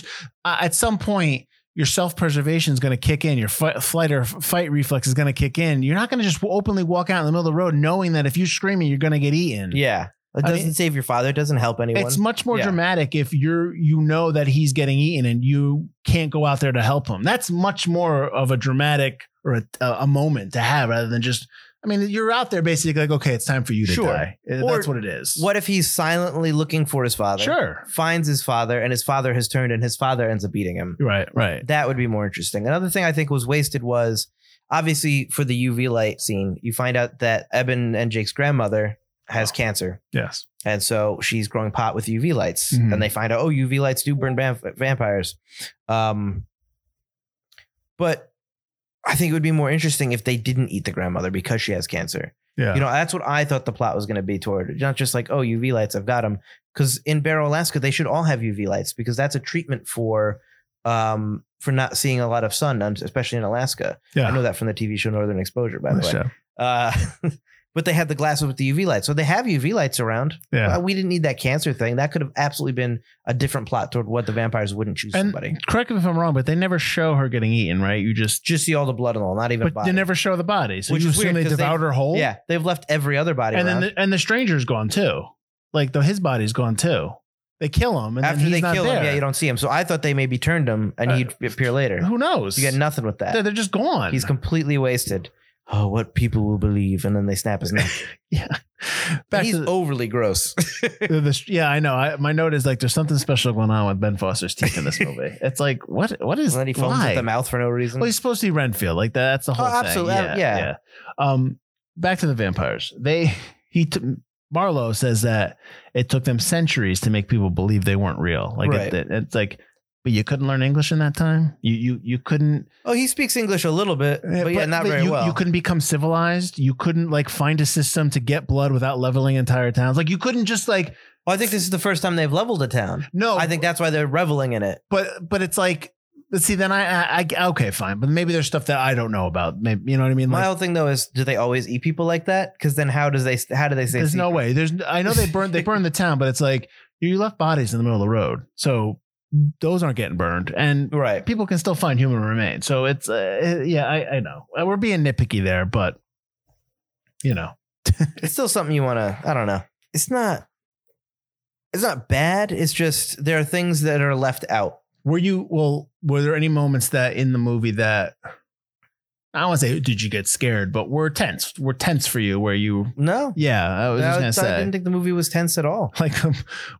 E: Uh, at some point, your self preservation is going to kick in. Your fi- flight or fight reflex is going to kick in. You're not going to just openly walk out in the middle of the road knowing that if you're screaming, you're going to get eaten.
B: yeah. It
E: I
B: doesn't
E: mean-
B: save your father, it doesn't help anyone.
E: It's much more
B: Yeah.
E: dramatic if you're you know that he's getting eaten and you can't go out there to help him. That's much more of a dramatic or a, a moment to have rather than just. I mean, you're out there basically like, okay, it's time for you to
B: Sure.
E: die. Uh,
B: Or
E: That's what it is.
B: What if he's silently looking for his father?
E: Sure.
B: Finds his father, and his father has turned, and his father ends up beating him.
E: Right. Right.
B: that would be more interesting. Another thing I think was wasted was obviously for the UV light scene, you find out that Eben and Jake's grandmother has cancer.
E: Yes.
B: And so she's growing pot with UV lights.
E: Mhm.
B: And they find out, oh, UV lights do burn vamp- vampires. Um, but I think it would be more interesting if they didn't eat the grandmother because she has cancer.
E: Yeah.
B: You know, that's what I thought the plot was going to be toward. Not just like, oh, UV lights, I've got them. Because in Barrow, Alaska, they should all have UV lights because that's a treatment for um, for not seeing a lot of sun, especially in Alaska.
E: Yeah.
B: I know that from the TV show Northern Exposure, by the
E: Ah. Nice
B: way.
E: job.
B: Uh, but they had the glasses with the UV lights, so they have UV lights around.
E: Yeah.
B: Uh, we didn't need that cancer thing. That could have absolutely been a different plot toward what the vampires wouldn't choose
E: And
B: somebody.
E: correct me if I'm wrong, but they never show her getting eaten, right? You just,
B: Just see all the blood and all, not even.
E: but
B: body.
E: they never show the body. So
B: Which
E: you
B: is
E: assume
B: weird,
E: they
B: 'cause they-
E: devoured her whole.
B: Yeah, they've left every other body
E: and
B: around.
E: then the, and the stranger's gone too. Like the his body's gone too. They kill him, and
B: After
E: then he's
B: they
E: not
B: kill
E: there.
B: him, yeah, you don't see him. So I thought they maybe turned him and
E: Uh,
B: he'd appear later.
E: Who knows?
B: You get nothing with
E: They're,
B: that.
E: they're just gone.
B: He's completely wasted. Oh, what people will believe, and then they snap his neck.
E: yeah. Back
B: he's
E: to the,
B: overly gross.
E: the, the- yeah, I know. I, my note is like there's something special going on with Ben Foster's teeth in this movie. it's like what what is
B: and then he foams
E: why?
B: at the mouth for no reason.
E: Well, he's supposed to be Renfield. Like that, that's the whole
B: Mm. Oh,
E: thing.
B: absolutely. Yeah.
E: Um, back to the vampires. They he t- Marlowe says that it took them centuries to make people believe they weren't real. Like
B: Right.
E: it, it- it's like, but you couldn't learn English in that time. You you you couldn't.
B: oh, he speaks English a little bit, Eh, but, yeah, not very
E: you,
B: well.
E: You couldn't become civilized. You couldn't like find a system to get blood without leveling entire towns. Like you couldn't just like
B: well, I think this is the first time they've leveled a town.
E: no.
B: I think that's why they're reveling in it.
E: but but it's like. But see, then I, I, I okay, fine. But maybe there's stuff that I don't know about. Maybe you know what I mean.
B: My
E: Like-
B: whole thing though is, do they always eat people like that? Because then how does they? How do they say?
E: There's no
B: secret?
E: way. There's I know they burned they burned the town, but it's like you left bodies in the middle of the road, so those aren't getting burned, and
B: Right.
E: people can still find human remains. So it's uh, yeah, I, I know Uh, we're being nitpicky there, but you know,
B: It's still something you want to. I don't know. It's not. It's not bad. It's just there are things that are left out.
E: were you well? Were there any moments that in the movie that I don't want to say did you get scared, but were tense? Were tense for you? Where you?
B: No,
E: Yeah, I was just
B: No,
E: gonna
B: it's- I,
E: say.
B: didn't think the movie was tense at all.
E: like um,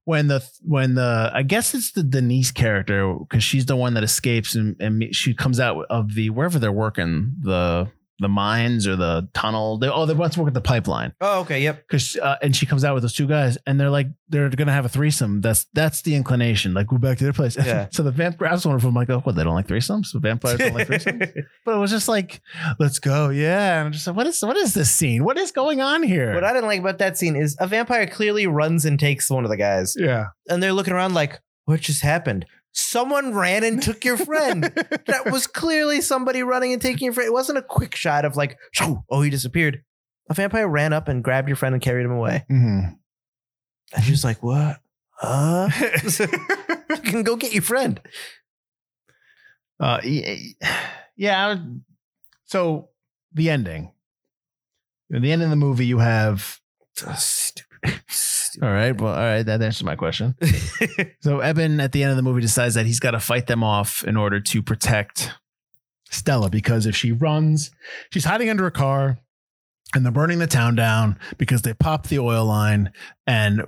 E: when the when the I guess it's the Denise character because she's the one that escapes and and me- she comes out of the wherever they're working the the mines or the tunnel. They, oh, they want to work at the pipeline
B: Oh, okay. Yep.
E: because uh, and she comes out with those two guys and they're like they're gonna have a threesome. That's that's the inclination. Like go back to their place.
B: Yeah.
E: so the vamp grabs one of them like oh what they don't like threesomes. So vampires don't like threesomes. but it was just like let's go yeah. And I'm just like what is what is this scene? What is going on here?
B: what I didn't like about that scene is a vampire clearly runs and takes one of the guys,
E: yeah.
B: and they're looking around like, "What just happened? Someone ran and took your friend." that was clearly somebody running and taking your friend. It wasn't a quick shot of like, "Shoo, oh, he disappeared. A vampire ran up and grabbed your friend and carried him away.
E: Mhm.
B: And she was like, what? Huh? You can go get your friend.
E: Uh, y- y- yeah. I would- So the ending. In the end of the movie, you have.
B: Stupid. Stupid.
E: All right. Well, all right. That answers my question. so Eben, at the end of the movie, decides that he's got to fight them off in order to protect Stella because if she runs, she's hiding under a car and they're burning the town down because they popped the oil line. And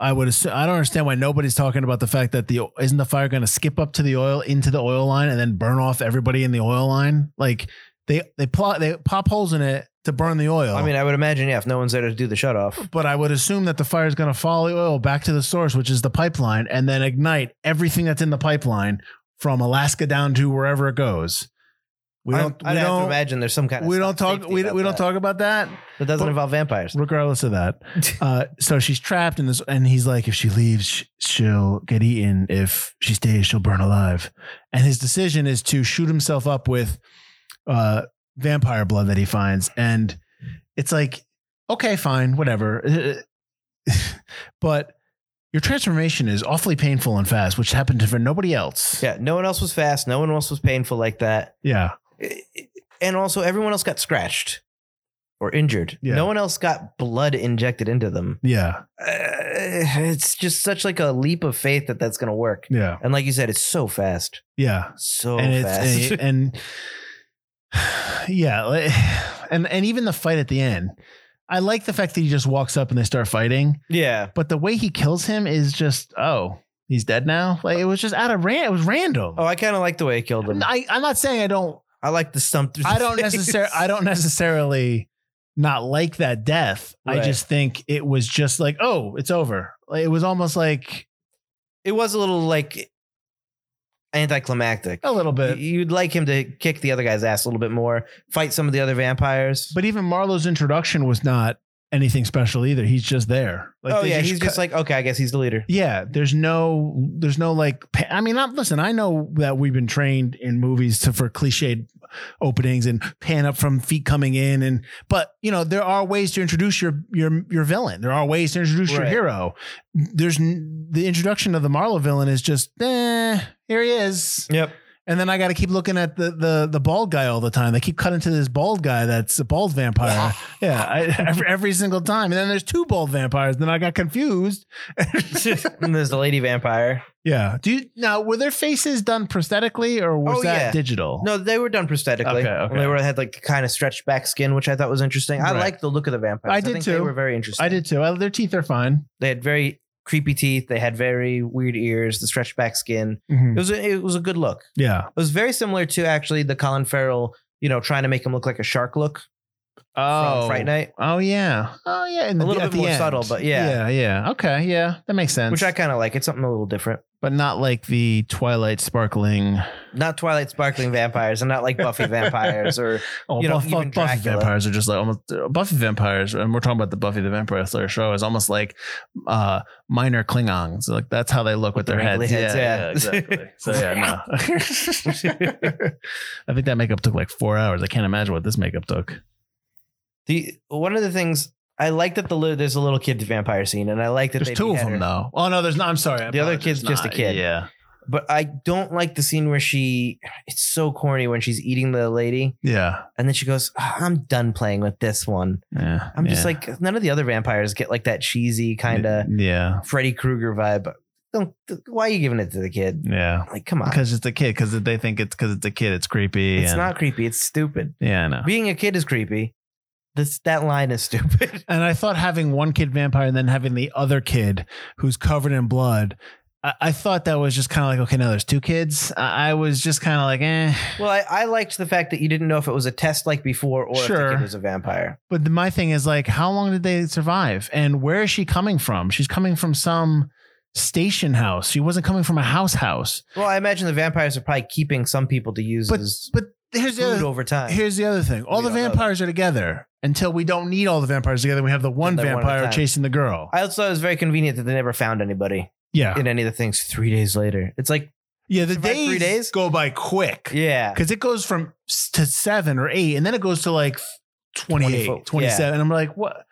E: I would assume, I don't understand why nobody's talking about the fact that the isn't the fire going to skip up to the oil into the oil line and then burn off everybody in the oil line? Like they they plot they pop holes in it to burn the oil.
B: I mean, I would imagine, yeah, if no one's there to do the shut off.
E: But I would assume that the fire is going to follow the oil back to the source, which is the pipeline, and then ignite everything that's in the pipeline from Alaska down to wherever it goes. We don't.
B: I'd
E: we
B: have to
E: don't.
B: imagine there's some kind of
E: We don't
B: safety
E: talk. We,
B: about
E: we don't
B: that.
E: talk about that.
B: That doesn't
E: but-
B: involve vampires.
E: Regardless of that, uh, so she's trapped in this, and he's like, if she leaves, sh- she'll get eaten. If she stays, she'll burn alive. And his decision is to shoot himself up with uh, vampire blood that he finds. And it's like, okay, fine, whatever. but your transformation is awfully painful and fast, which happened to for nobody else.
B: Yeah, no one else was fast. No one else was painful like that.
E: Yeah.
B: and also everyone else got scratched or injured.
E: Yeah.
B: No one else got blood injected into them.
E: Yeah.
B: Uh, it's just such like a leap of faith that that's going to work.
E: Yeah.
B: And like you said, it's so fast,
E: Yeah.
B: so
E: and
B: fast.
E: it's and, and yeah like- and and even the fight at the end i like the fact that he just walks up and they start fighting
B: yeah,
E: but the way he kills him is just oh he's dead now like it was just out of ran it was random
B: Oh, I kind of like the way it killed him.
E: I, i'm not saying i don't
B: I like the stump. through
E: i
B: the
E: don't
B: face.
E: necessarily i don't necessarily not like that death i
B: Right.
E: just think it was just like oh it's over Like, it was almost like
B: It was a little like anticlimactic.
E: a little bit
B: You'd like him to kick the other guy's ass a little bit more, fight some of the other vampires.
E: But even Marlowe's introduction was not anything special either. He's just there. Like,
B: oh
E: they
B: yeah, he's
E: cut-
B: just like okay, I guess he's the leader.
E: yeah, there's no, there's no like, pa- I mean, i listen, I know that we've been trained in movies to for cliched openings and pan up from feet coming in, and but you know there are ways to introduce your your your villain. There are ways to introduce your
B: Right.
E: hero. There's n- the introduction of the Marlowe villain is just, eh, here he is,
B: Yep.
E: and then I got to keep looking at the the the bald guy all the time. They keep cutting to this bald guy that's a bald vampire. yeah, I, every, every single time, and then there's two bald vampires. Then I got confused.
B: and there's the lady vampire.
E: Yeah. Do you now were their faces done prosthetically or was
B: Oh,
E: that
B: yeah.
E: digital?
B: No, they were done prosthetically.
E: Okay, okay.
B: They were had like kind of stretched back skin, which I thought was interesting. I
E: Right.
B: liked the look of the vampires.
E: I did
B: think They
E: too.
B: were very interesting.
E: I did too. I, their teeth are fine.
B: They had very creepy teeth. They had very weird ears. The stretched back skin. It was a, it was a good look.
E: Mm-hmm. Yeah.
B: It was very similar to actually the Colin Farrell, you know, trying to make him look like a shark look from Fright Night,
E: Oh yeah. Oh yeah. And
B: A little bit more subtle, but yeah.
E: Yeah. Yeah. Okay. Yeah. That makes sense.
B: which I kind of like. It's something a little different.
E: but not like the Twilight sparkling.
B: Not Twilight sparkling vampires, and not like Buffy vampires or
E: Oh,
B: You know,
E: Buff-
B: even
E: Buff- Buffy
B: Dracula.
E: vampires are just like almost uh, Buffy vampires, and we're talking about the Buffy the Vampire Slayer show is almost like uh, minor Klingons. Like that's how they look
B: With
E: with,
B: the
E: their heads.
B: wrinkly heads, yeah.
E: exactly. so yeah, no. I think that makeup took like four hours. I can't imagine what this makeup took.
B: the one of the things. I like that the li- there's a little kid vampire scene, and I like that
E: There's
B: they
E: two of
B: behead
E: them
B: her.
E: though. Oh no, there's not. I'm sorry. I
B: The other
E: apologize.
B: kid's just a
E: Not-
B: kid.
E: Yeah,
B: But I don't like the scene where she. It's so corny when she's eating the lady,
E: yeah,
B: and then she goes, "Ah, "I'm done playing with this one."
E: yeah.
B: I'm
E: yeah.
B: just like, none of the other vampires get like that cheesy kind of
E: Yeah,
B: Freddy Krueger vibe. Don't. Why are you giving it to the kid?
E: yeah.
B: Like, come on.
E: Because it's a kid. Because they think it's because it's a kid. It's creepy.
B: It's
E: and-
B: not creepy. It's stupid.
E: Yeah, I know.
B: Being a kid is creepy. This that line is stupid.
E: And I thought having one kid vampire and then having the other kid who's covered in blood, I, I thought that was just kind of like, okay, now there's two kids. I, I was just kind of like, eh.
B: well, I, I liked the fact that you didn't know if it was a test like before or if
E: Sure.
B: the kid was a vampire.
E: But the- my thing is like, how long did they survive? And where is she coming from? She's coming from some station house. She wasn't coming from a house house.
B: Well, I imagine the vampires are probably keeping some people to use as
E: But here's the
B: food
E: other,
B: over time.
E: here's the other thing. All
B: We
E: the
B: don't know.
E: vampires are together until we don't need all the vampires together. We have the one
B: Then one at a
E: vampire
B: time.
E: chasing the girl.
B: I also thought it was very convenient that they never found anybody
E: yeah.
B: in any of the things three days later. It's like,
E: Yeah. The
B: survived
E: days,
B: three days?
E: go by quick.
B: yeah.
E: because it goes from s- to seven or eight, and then it goes to like 28,
B: 24,
E: 27. And I'm like, what?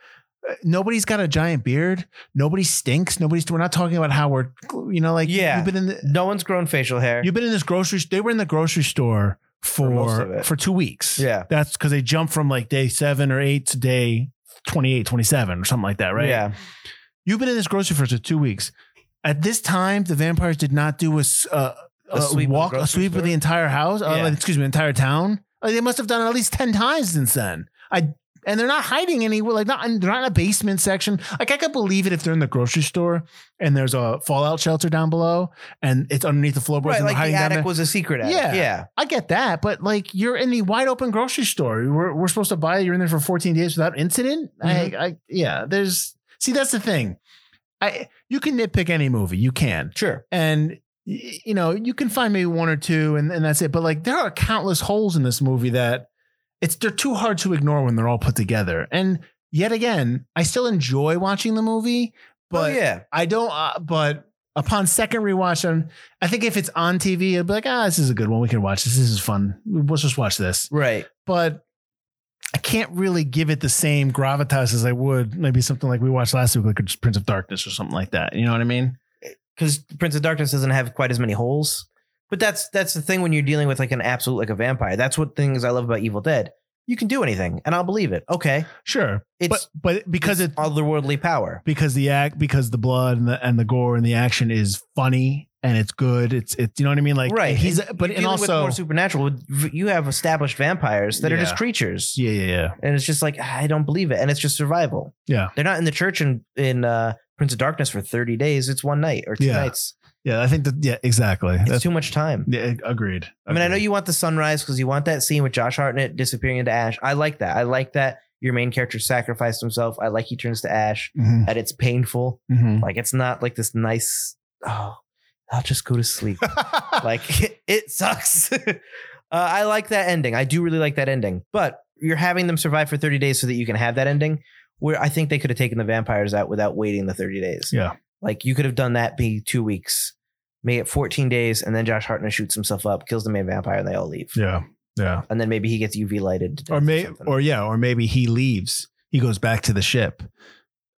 E: Uh, Nobody's got a giant beard. Nobody stinks. Nobody's. We're not talking about how we're, you know, like
B: Yeah.
E: You've been in the,
B: No one's grown facial hair.
E: you've been in this grocery. They were in the grocery store
B: For most of
E: for for,
B: it.
E: two weeks.
B: Yeah.
E: that's because they jumped from like day seven or eight to day 28, 27 or something like that, right?
B: Yeah.
E: you've been in this grocery store for two weeks. At this time, the vampires did not do a, s- uh,
B: A
E: a
B: sweep of the
E: walk, a
B: grocery
E: sweep of
B: store?
E: the entire house. uh,
B: Yeah.
E: excuse me, entire town. Like, they must have done it at least ten times since then. I and they're not hiding anywhere. Like not, they're not in a basement section. Like I could believe it if they're in the grocery store and there's a fallout shelter down below and it's underneath the floorboards
B: Right,
E: and they're
B: like the
E: hiding down
B: attic
E: there.
B: was a secret attic.
E: Yeah.
B: Yeah.
E: I get that, but like you're in the wide open grocery store. We're, we're supposed to buy. You're in there for 14 days without incident.
B: Mm-hmm.
E: I, I yeah. There's see that's the thing. I you can nitpick any movie. You can,
B: Sure.
E: and y- you know you can find maybe one or two, and, and that's it. But like there are countless holes in this movie that it's they're too hard to ignore when they're all put together. And yet again, I still enjoy watching the movie, but
B: oh, yeah.
E: I don't, uh, but upon second rewatch, i I think if it's on TV, I'd be like, ah, this is a good one. We can watch this. This is fun. Let's just watch this.
B: Right.
E: But I can't really give it the same gravitas as I would maybe something like we watched last week, like Prince of Darkness or something like that. You know what I mean?
B: because Prince of Darkness doesn't have quite as many holes. But that's that's the thing when you're dealing with like an absolute like a vampire. That's what things I love about Evil Dead. You can do anything, and I'll believe it. Okay,
E: Sure.
B: it's
E: but but because it
B: otherworldly power.
E: because the act because the blood and the and the gore and the action is funny and it's good. It's it's you know what I mean? Like
B: Right.
E: He's
B: You're
E: but and
B: dealing with
E: also
B: more supernatural. You have established vampires that are just
E: Yeah.
B: creatures,
E: yeah yeah yeah.
B: and it's just like "Ah, I don't believe it, and it's just survival.
E: Yeah.
B: they're not in the church in in uh, Prince of Darkness for thirty days. It's one night or two
E: Yeah.
B: nights.
E: Yeah, I think that yeah, exactly.
B: It's
E: That's
B: too much time.
E: yeah, agreed.
B: I mean, I know
E: Agreed.
B: you want the sunrise because you want that scene with Josh Hartnett disappearing into ash. I like that. I like that your main character sacrificed himself. I like he turns to ash.
E: Mhm.
B: That it's painful.
E: Mhm.
B: Like it's not like this nice. Oh, I'll just go to sleep. Mm-hmm. like it, sucks. uh, I like that ending. I do really like that ending. But you're having them survive for 30 days so that you can have that ending. where I think they could have taken the vampires out without waiting the 30 days.
E: Yeah.
B: Like you could have done that be two weeks, make it 14 days, and then Josh Hartnett shoots himself up, kills the main vampire, and they all leave.
E: Yeah. Yeah.
B: And then maybe he gets UV lighted. to death
E: Or may
B: something.
E: or yeah, or maybe he leaves. He goes back to the ship.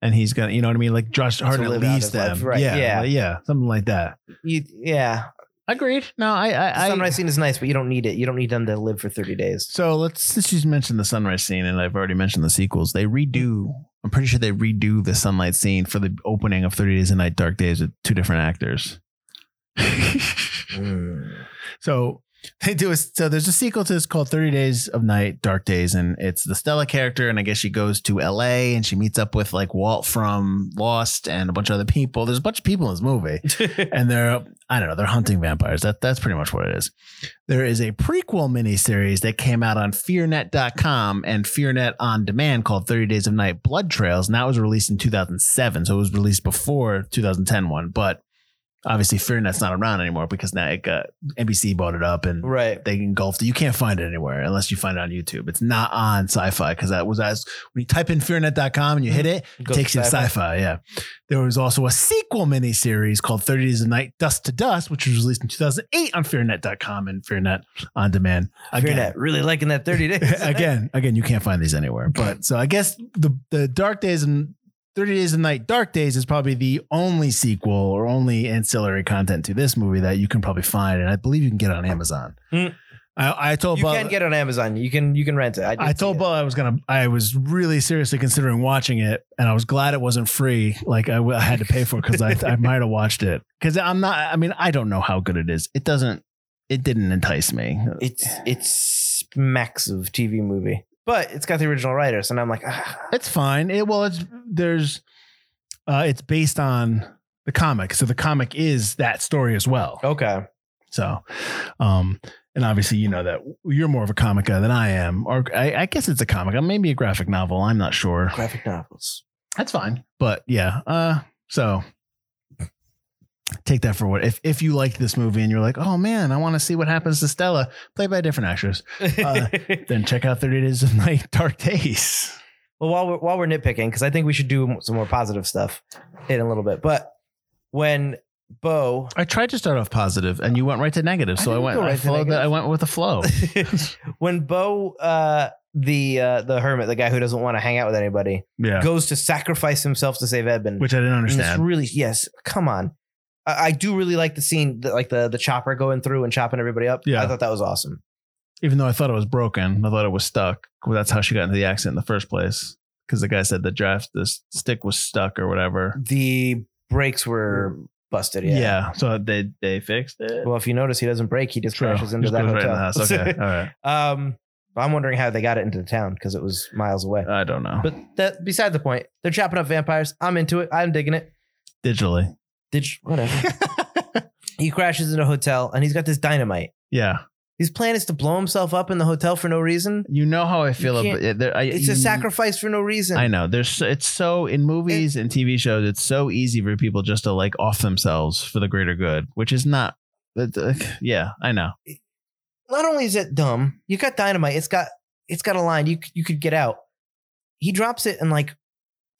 E: And he's gonna, you know what I mean? Like Josh Hartnett
B: live out
E: leaves
B: his life,
E: them,
B: right,
E: Yeah,
B: yeah.
E: yeah, something like that.
B: You- yeah.
E: Agreed. No, I, I,
B: The
E: I
B: sunrise scene is nice, but you don't need it. You don't need them to live for 30 days.
E: So let's since you mentioned the sunrise scene, and I've already mentioned the sequels. They redo. I'm pretty sure they redo the sunlight scene for the opening of Thirty Days a Night, Dark Days with two different actors. so they do. A, so there's a sequel to this called Thirty Days of Night, Dark Days, and it's the Stella character, and I guess she goes to L.A. and she meets up with like Walt from Lost and a bunch of other people. There's a bunch of people in this movie and they're I don't know, they're hunting vampires. That that's pretty much what it is. There is a prequel miniseries that came out on fearnet.com and fearnet on demand called 30 Days of Night Blood Trails, and that was released in 2007, so it was released before 2010 one, but obviously fearnet's not around anymore because now it got NBC bought it up and
B: right.
E: they engulfed it. You can't find it anywhere unless you find it on YouTube. It's not on sci-fi because that was as when you type in fearnet.com and you hit it,
B: Go
E: takes you to
B: sci-fi.
E: sci-fi. Yeah, there was also a sequel miniseries called Thirty Days of Night, Dust to Dust, which was released in 2008 on FearNet.com and FearNet on demand.
B: Fear
E: Again,
B: Net, really liking that 30 days.
E: again, again, you can't find these anywhere. But so I guess the the Dark Days and Thirty Days of Night, Dark Days is probably the only sequel or only ancillary content to this movie that you can probably find, and I believe you can get it on Amazon.
B: Hmm.
E: I, I told
B: You
E: Bob-
B: can get it on Amazon. You can you can rent it. I, did
E: Oh, I
B: see
E: told
B: it.
E: Bo I was gonna. I was really seriously considering watching it, and I was glad it wasn't free. Like I, w- I had to pay for it because I, I might have watched it. Because I'm not. I mean, I don't know how good it is. It doesn't. It didn't entice me.
B: It's it's smacks of TV movie, but it's got the original writers, and I'm like, ah,
E: It's fine. It well. It's there's. Uh, it's based on the comic, so the comic is that story as well.
B: okay,
E: So, um, and obviously, you know that you're more of a comic guy than I am, or I, I guess it's a comic, maybe a graphic novel. I'm not sure.
B: graphic novels.
E: That's fine. But yeah, uh, so take that for what if if you like this movie and you're like, oh man, I want to see what happens to Stella, played by different actors, Uh, then check out Thirty Days of Night, Dark Days.
B: well, while we're while we're nitpicking, because I think we should do some more positive stuff in a little bit. But when Bo,
E: I tried to start off positive, and you went right to negative,
B: I
E: so I,
B: didn't
E: went.
B: go right
E: I
B: to
E: followed that.
B: negative.
E: I went with the flow.
B: when Bo, uh, the uh, the hermit, the guy who doesn't want to hang out with anybody,
E: yeah,
B: goes to sacrifice himself to save Edmund,
E: which I didn't
B: And it's
E: understand.
B: really yes. Come on, I, I do really like the scene, that like the the chopper going through and chopping everybody up.
E: Yeah.
B: I thought that was awesome.
E: Even though I thought it was broken, I thought it was stuck. Well, that's how she got into the accident in the first place, because the guy said the draft, the s- stick was stuck or whatever.
B: The brakes were busted.
E: Yeah.
B: Yeah.
E: So they they fixed it.
B: Well, if you notice, he doesn't break. He just
E: True.
B: crashes into
E: Just
B: that
E: goes
B: hotel.
E: right in the house. Okay. All right.
B: um, I'm wondering how they got it into the town because it was miles away.
E: I don't know.
B: but that beside the point, they're chopping up vampires. I'm into it. I'm digging it.
E: digitally.
B: Did you- whatever. he crashes into a hotel and he's got this dynamite.
E: yeah.
B: His plan is to blow himself up in the hotel for no reason.
E: You know how I feel
B: can't-
E: about it. There- I,
B: It's a
E: you-
B: sacrifice for no reason.
E: I know. There's so- it's so in movies and TV shows, it's so easy for people just to like off themselves for the greater good, which is not that- uh, yeah, I know.
B: not only is it dumb, you got dynamite. It's got it's got a line. You c- you could get out. He drops it and like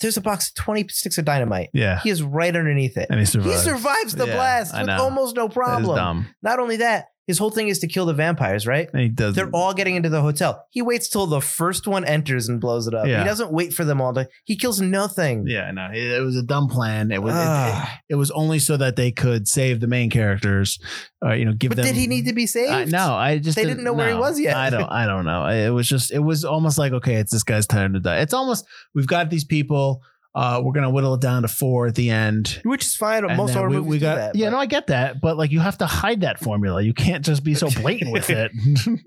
B: there's a box of 20 sticks of dynamite.
E: Yeah.
B: He is right underneath it.
E: And he survives.
B: He survives the
E: Yeah,
B: blast
E: I
B: with
E: know.
B: almost no
E: That is
B: problem.
E: dumb.
B: Not only that, his whole thing is to kill the vampires, right?
E: And he does
B: They're all getting into the hotel. He waits till the first one enters and blows it up.
E: Yeah.
B: He doesn't wait for them all to. He kills nothing.
E: Yeah, I know. It, it was a dumb plan. It was it- it,
B: Ah.
E: it was only so that they could save the main characters. Uh, you know, give
B: but
E: them
B: did he need to be saved?
E: I, no, I just
B: They didn't know where he
E: no.
B: was yet.
E: I don't. I don't know. It was just. It was almost like okay, it's this guy's time to die. It's almost we've got these people. Uh, we're gonna whittle it down to four at the end.
B: Which is fine.
E: And
B: Most
E: then
B: horror
E: we,
B: movies
E: we got,
B: do that.
E: yeah,
B: but-
E: no, I get that, but like you have to hide that formula. You can't just be so blatant with it.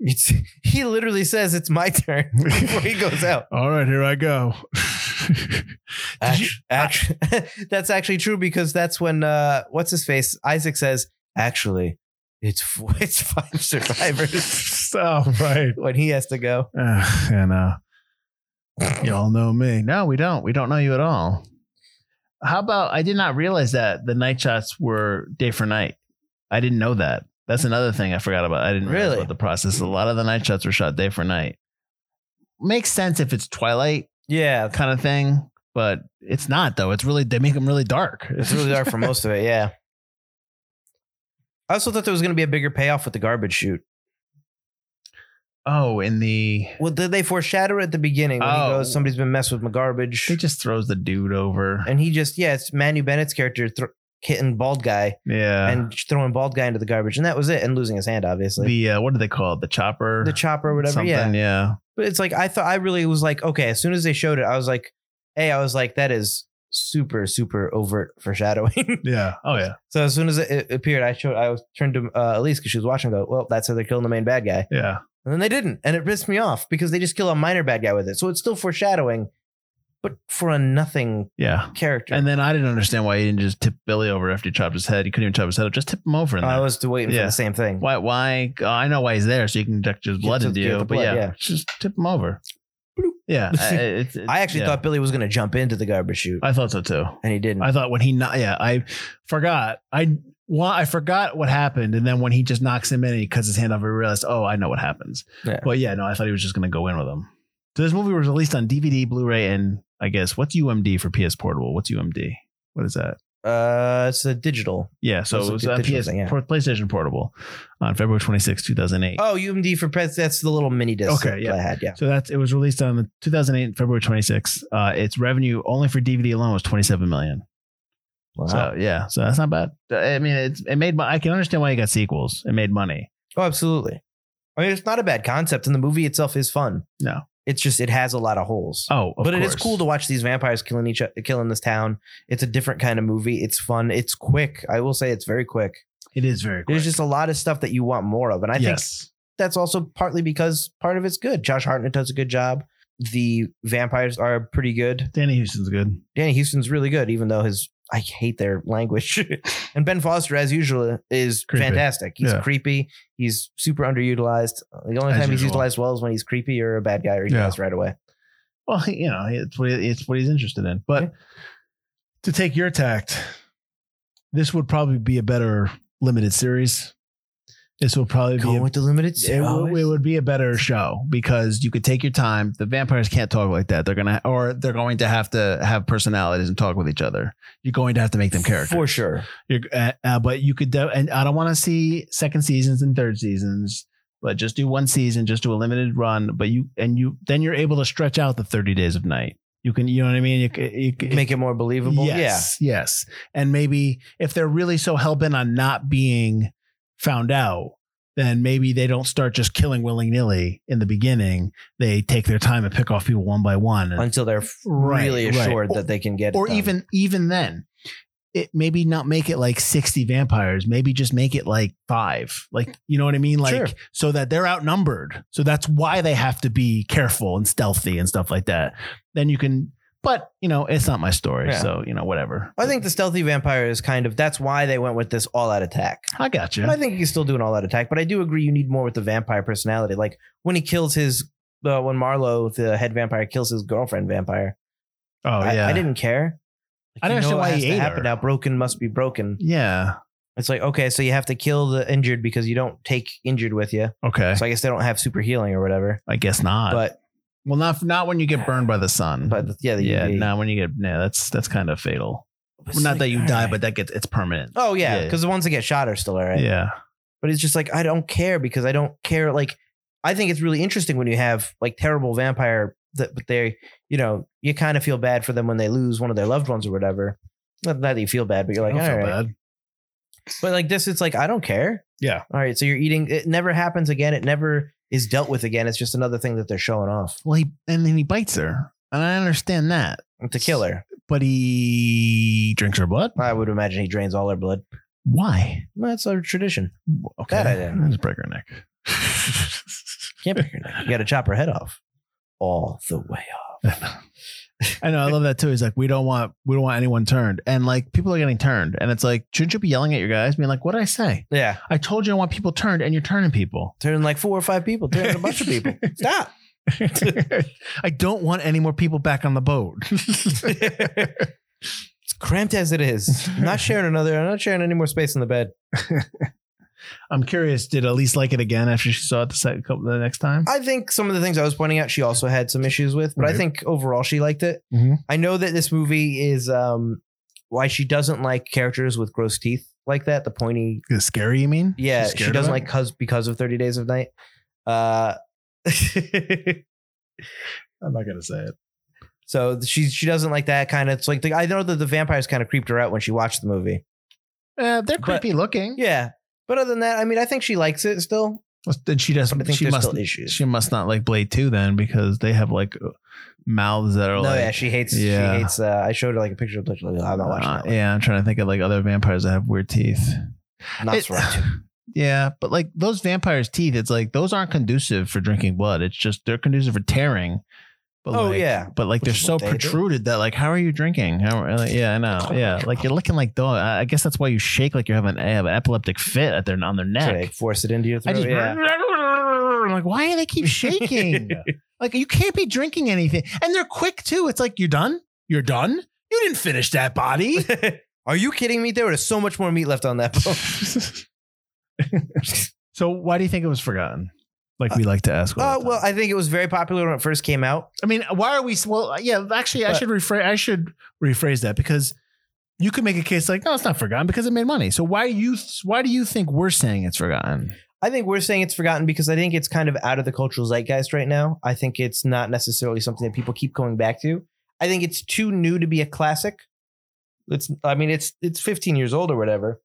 B: It's, he literally says it's my turn before he goes out.
E: All right, here I go. Did you-
B: Actu- actu- that's actually true because that's when uh, what's his face Isaac says actually it's four, it's five survivors
E: oh, right.
B: when he has to go.
E: Uh, and uh, y'all know me. No, we don't. We don't know you at all. How about I did not realize that the night shots were day for night. I didn't know that. That's another thing I forgot about. I didn't realize
B: Really?
E: about the process. A lot of the night shots were shot day for night. Makes sense if it's twilight
B: Yeah,
E: kind of thing. But it's not though. It's really they make them really dark.
B: it's really dark for most of it. Yeah. I also thought there was going to be a bigger payoff with the garbage shoot.
E: oh, in the
B: Well, did they foreshadow it at the beginning when he
E: Oh.
B: goes, "Somebody's been messing with my garbage,"
E: he just throws the dude over.
B: and he just yeah, it's Manu Bennett's character thro- hitting bald guy
E: yeah,
B: and throwing bald guy into the garbage, and that was it, and losing his hand obviously.
E: the uh, what do they call it? The chopper.
B: The, chopper or whatever.
E: Something,
B: Yeah.
E: yeah.
B: But it's like I thought I really was like, okay, as soon as they showed it, I was like, hey, I was like, that is super, super overt foreshadowing.
E: Yeah. Oh yeah.
B: so as soon as it- it appeared, I showed I was turned to uh, Elise because she was watching and go, Well, that's how they're killing the main bad guy.
E: Yeah.
B: And then they didn't. And it pissed me off because they just kill a minor bad guy with it. So it's still foreshadowing, but for a nothing
E: Yeah.
B: character.
E: And then I didn't understand why he didn't just tip Billy over after he chopped his head. He couldn't even chop his head. up. Just tip him over. In
B: I
E: there.
B: was waiting for
E: uh, Yeah.
B: the same thing.
E: Why? Why? oh, I know why he's there, so you can inject his
B: Just
E: blood
B: to
E: into
B: get
E: you.
B: the
E: But
B: blood,
E: yeah,
B: yeah.
E: just tip him over.
B: Bloop.
E: Yeah, I, it's- it's-
B: I actually
E: yeah.
B: thought Billy was gonna jump into the garbage chute.
E: I thought so too.
B: and he didn't.
E: I thought when he not, yeah, I forgot. I well, I forgot what happened, and then when he just knocks him in and he cuts his hand off, I realized, oh, I know what happens.
B: Yeah.
E: But yeah, no, I thought he was just gonna go in with him. So this movie was released on DVD, Blu-ray, and I guess what's UMD for PS Portable? What's UMD? What is that?
B: uh it's a digital.
E: Yeah, so
B: Those
E: it
B: are
E: was
B: the
E: on
B: digital
E: PS
B: thing, yeah.
E: for PlayStation Portable on February 26, 2008.
B: Oh, UMD for press that's the little mini disc
E: Okay, yeah.
B: that I had, yeah.
E: So that's it was released on the 2008 February 26. Uh, its revenue only for DVD alone was 27 million. So yeah, so that's not bad. I mean, it's, it made. mo- I can understand why you got sequels. It made money.
B: Oh, absolutely. I mean, it's not a bad concept, and the movie itself is fun.
E: No.
B: it's just it has a lot of holes.
E: Oh, of
B: but it is
E: course.
B: cool to watch these vampires killing each killing this town. It's a different kind of movie. It's fun. It's quick. I will say it's very quick.
E: It is very. Quick.
B: There's just a lot of stuff that you want more of, and I think
E: yes.
B: that's also partly because part of it's good. Josh Hartnett does a good job. The vampires are pretty good.
E: Danny Houston's good.
B: Danny Houston's really good, even though his I hate their language. and Ben Foster, as usual, is
E: Creepy.
B: fantastic. He's
E: Yeah.
B: creepy. He's super underutilized. The only
E: As
B: time he's
E: usual.
B: utilized well is when he's creepy or a bad guy or he
E: Yeah.
B: dies right away.
E: Well, he- you know, it's what he- it's what he's interested in. But
B: Yeah.
E: to take your tact, this would probably be a better limited series. This will probably be
B: Going
E: a
B: with the limited
E: it,
B: series.
E: w- it would be a better show because you could take your time. The vampires can't talk like that. They're gonna or they're going to have to have personalities and talk with each other. You're going to have to make them characters.
B: for sure.
E: You're, uh, uh, but you could, do, and I don't want to see second seasons and third seasons. But just do one season, just do a limited run. But you and you then you're able to stretch out the 30 days of night. You can, you know what I mean. You, c- you, c-
B: Make it more believable.
E: Yes, yes. And maybe if they're really so hell bent on not being found out, then maybe they don't start just killing willy nilly in the beginning. They take their time and pick off people one by one,
B: Yeah.
E: and,
B: Until they're f-
E: Right,
B: really
E: right.
B: assured
E: Or-
B: that they can get it
E: or
B: done.
E: even even then, it maybe not make it like sixty vampires. Maybe just make it like five. Like you know what I mean? Like
B: Sure.
E: so that they're outnumbered. So that's why they have to be careful and stealthy and stuff like that. Then you can. But you know, it's not my story,
B: Yeah.
E: so you know, whatever.
B: I think the stealthy vampire is kind of that's why they went with this all out attack.
E: I got you.
B: And I think you can still do an all-out attack, but I do agree you need more with the vampire personality. Like when he kills his, uh, when Marlowe, the head vampire, kills his girlfriend vampire.
E: Oh
B: I,
E: yeah,
B: I didn't care. Like,
E: I don't
B: you
E: understand
B: know it
E: why
B: has
E: he
B: to
E: ate
B: happen
E: her.
B: now. Broken must be broken.
E: Yeah.
B: It's like okay, so you have to kill the injured because you don't take injured with you.
E: Okay.
B: So I guess they don't have super healing or whatever.
E: I guess not.
B: But
E: well, not not when you get burned by the sun.
B: but yeah, the E
E: yeah,
B: UV.
E: not when you get. Yeah, that's that's kind of fatal.
B: It's
E: Well, not
B: like,
E: that you
B: all
E: die,
B: right.
E: but that gets it's permanent.
B: oh yeah,
E: Yeah.
B: because the ones that get shot are still all right.
E: Yeah.
B: but it's just like I don't care because I don't care. Like I think it's really interesting when you have like terrible vampire that, but they, you know, you kind of feel bad for them when they lose one of their loved ones or whatever. Not that you feel bad, but you're like,
E: I don't
B: all
E: feel
B: right.
E: bad.
B: But like this, it's like I don't care.
E: Yeah.
B: All right. So you're eating. It never happens again. It never is dealt with again. It's just another thing that they're showing off
E: Well, he and then he bites her, and I understand that.
B: to kill her.
E: But he drinks her blood.
B: I would imagine he drains all her blood.
E: Why?
B: Well, That's our tradition.
E: Okay.
B: That I didn't.
E: Let's break her neck.
B: Can't break her neck. You got to chop her head off all the way off.
E: I know. I love that too. He's like, we don't want we don't want anyone turned, and like people are getting turned, and it's like, shouldn't you be yelling at your guys, being like, what did I say?
B: Yeah.
E: I told you I want people turned, and you're turning people.
B: Turning like four or five people. Turning a bunch of people. Stop.
E: I don't want any more people back on the boat.
B: It's cramped as it is. I'm not sharing another. I'm not sharing any more space in the bed.
E: I'm curious, did Elise like it again after she saw it the, second, couple- the next time?
B: I think some of the things I was pointing out, she also had some issues with, but I
E: Right.
B: think overall she liked it.
E: Mhm.
B: I know that this movie is um, why she doesn't like characters with gross teeth like that, the pointy.
E: Is it scary, you mean?
B: Yeah,
E: She's
B: she
E: scared
B: doesn't
E: of it?
B: like cause because of Thirty Days of Night. Uh,
E: I'm not going to say it.
B: so she she doesn't like that kind of. It's like the, I know that the vampires kind of creeped her out when she watched the movie.
E: Uh, they're
B: But-
E: creepy looking.
B: Yeah, but other than that, I mean, I think she likes it still.
E: Then she doesn't.
B: But I think
E: she
B: there's
E: must.
B: still issues.
E: She must not like Blade Two then because they have like mouths that are
B: No,
E: like.
B: yeah, she hates.
E: Yeah.
B: She hates. Uh, I showed her like a picture of. the- Like, I'm not watching.
E: Uh,
B: that one.
E: yeah, I'm trying to think of like other vampires that have weird teeth.
B: Not
E: It-
B: Swaraj.
E: Yeah, but like those vampires' teeth, it's like those aren't conducive for drinking blood. It's just they're conducive for tearing. But
B: Oh,
E: like,
B: yeah.
E: but like
B: Which
E: they're
B: is
E: so
B: what they do.
E: protruded that like how are you drinking? How are, like, yeah, I know. Yeah, like you're looking like dog. I I guess that's why you shake like you have an, have an epileptic fit at their on their
B: So they
E: neck.
B: force it into your
E: I
B: throat.
E: just
B: yeah.
E: I'm like why do they keep shaking? like you can't be drinking anything, and they're quick too. It's like you're done. You're done. You didn't finish that body.
B: Are you kidding me? There was so much more meat left on that bone.
E: so why do you think it was forgotten? Like we like to ask. all
B: Uh,
E: the time.
B: well, I think it was very popular when it first came out.
E: I mean, why are we? Well, uh, yeah. Actually, I
B: But-
E: should rephrase. I should rephrase that because you could make a case like, no, it's not forgotten because it made money. So why you? Why do you think we're saying it's forgotten?
B: I think we're saying it's forgotten because I think it's kind of out of the cultural zeitgeist right now. I think it's not necessarily something that people keep going back to. I think it's too new to be a classic. It's, I mean, it's it's 15 years old or whatever.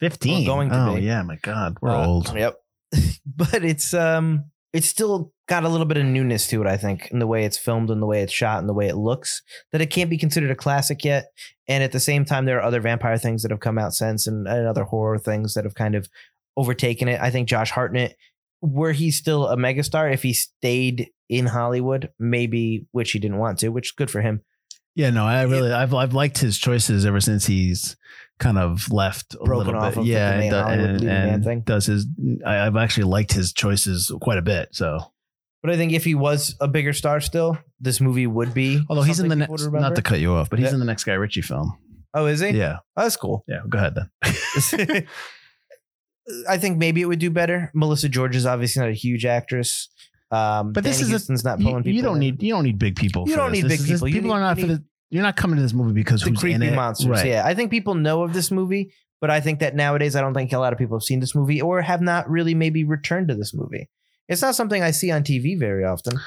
E: Fifteen.
B: We're going to
E: oh
B: be.
E: yeah, my God, we're
B: Uh,
E: old.
B: Yep. but it's um, it's still got a little bit of newness to it. I think in the way it's filmed, and the way it's shot, and the way it looks. That it can't be considered a classic yet. And at the same time, there are other vampire things that have come out since, and, and other horror things that have kind of overtaken it. I think Josh Hartnett, were he still a megastar, if he stayed in Hollywood, maybe which he didn't want to, which is good for him.
E: Yeah, no, I really, I've, I've liked his choices ever since he's kind of left a
B: Broken
E: little
B: off
E: bit.
B: of
E: yeah,
B: the main
E: and, do-
B: Hollywood
E: and,
B: leading man
E: and
B: thing.
E: does his? I, I've actually liked his choices quite a bit. So
B: But I think if he was a bigger star still, this movie would be.
E: although he's in the
B: something people
E: next,
B: would
E: not
B: remember.
E: to cut you off, but he's
B: Yeah.
E: in the next Guy Ritchie film.
B: oh, is he?
E: Yeah,
B: Oh, that's cool.
E: yeah. Go ahead then.
B: I think maybe it would do better. Melissa George is obviously not a huge actress. Um,
E: But
B: Danny
E: this is a-
B: Houston's not
E: you,
B: pulling people.
E: you don't
B: in.
E: need you don't need big people.
B: You
E: for
B: don't
E: this.
B: need
E: This
B: big
E: is- this-
B: people. You
E: people
B: need-
E: are not
B: you
E: for
B: need-
E: the. You're not coming to this movie because
B: the
E: who's in
B: creepy
E: it.
B: monsters.
E: Right.
B: Yeah, I think people know of this movie, but I think that nowadays I don't think a lot of people have seen this movie or have not really maybe returned to this movie. It's not something I see on TV very often.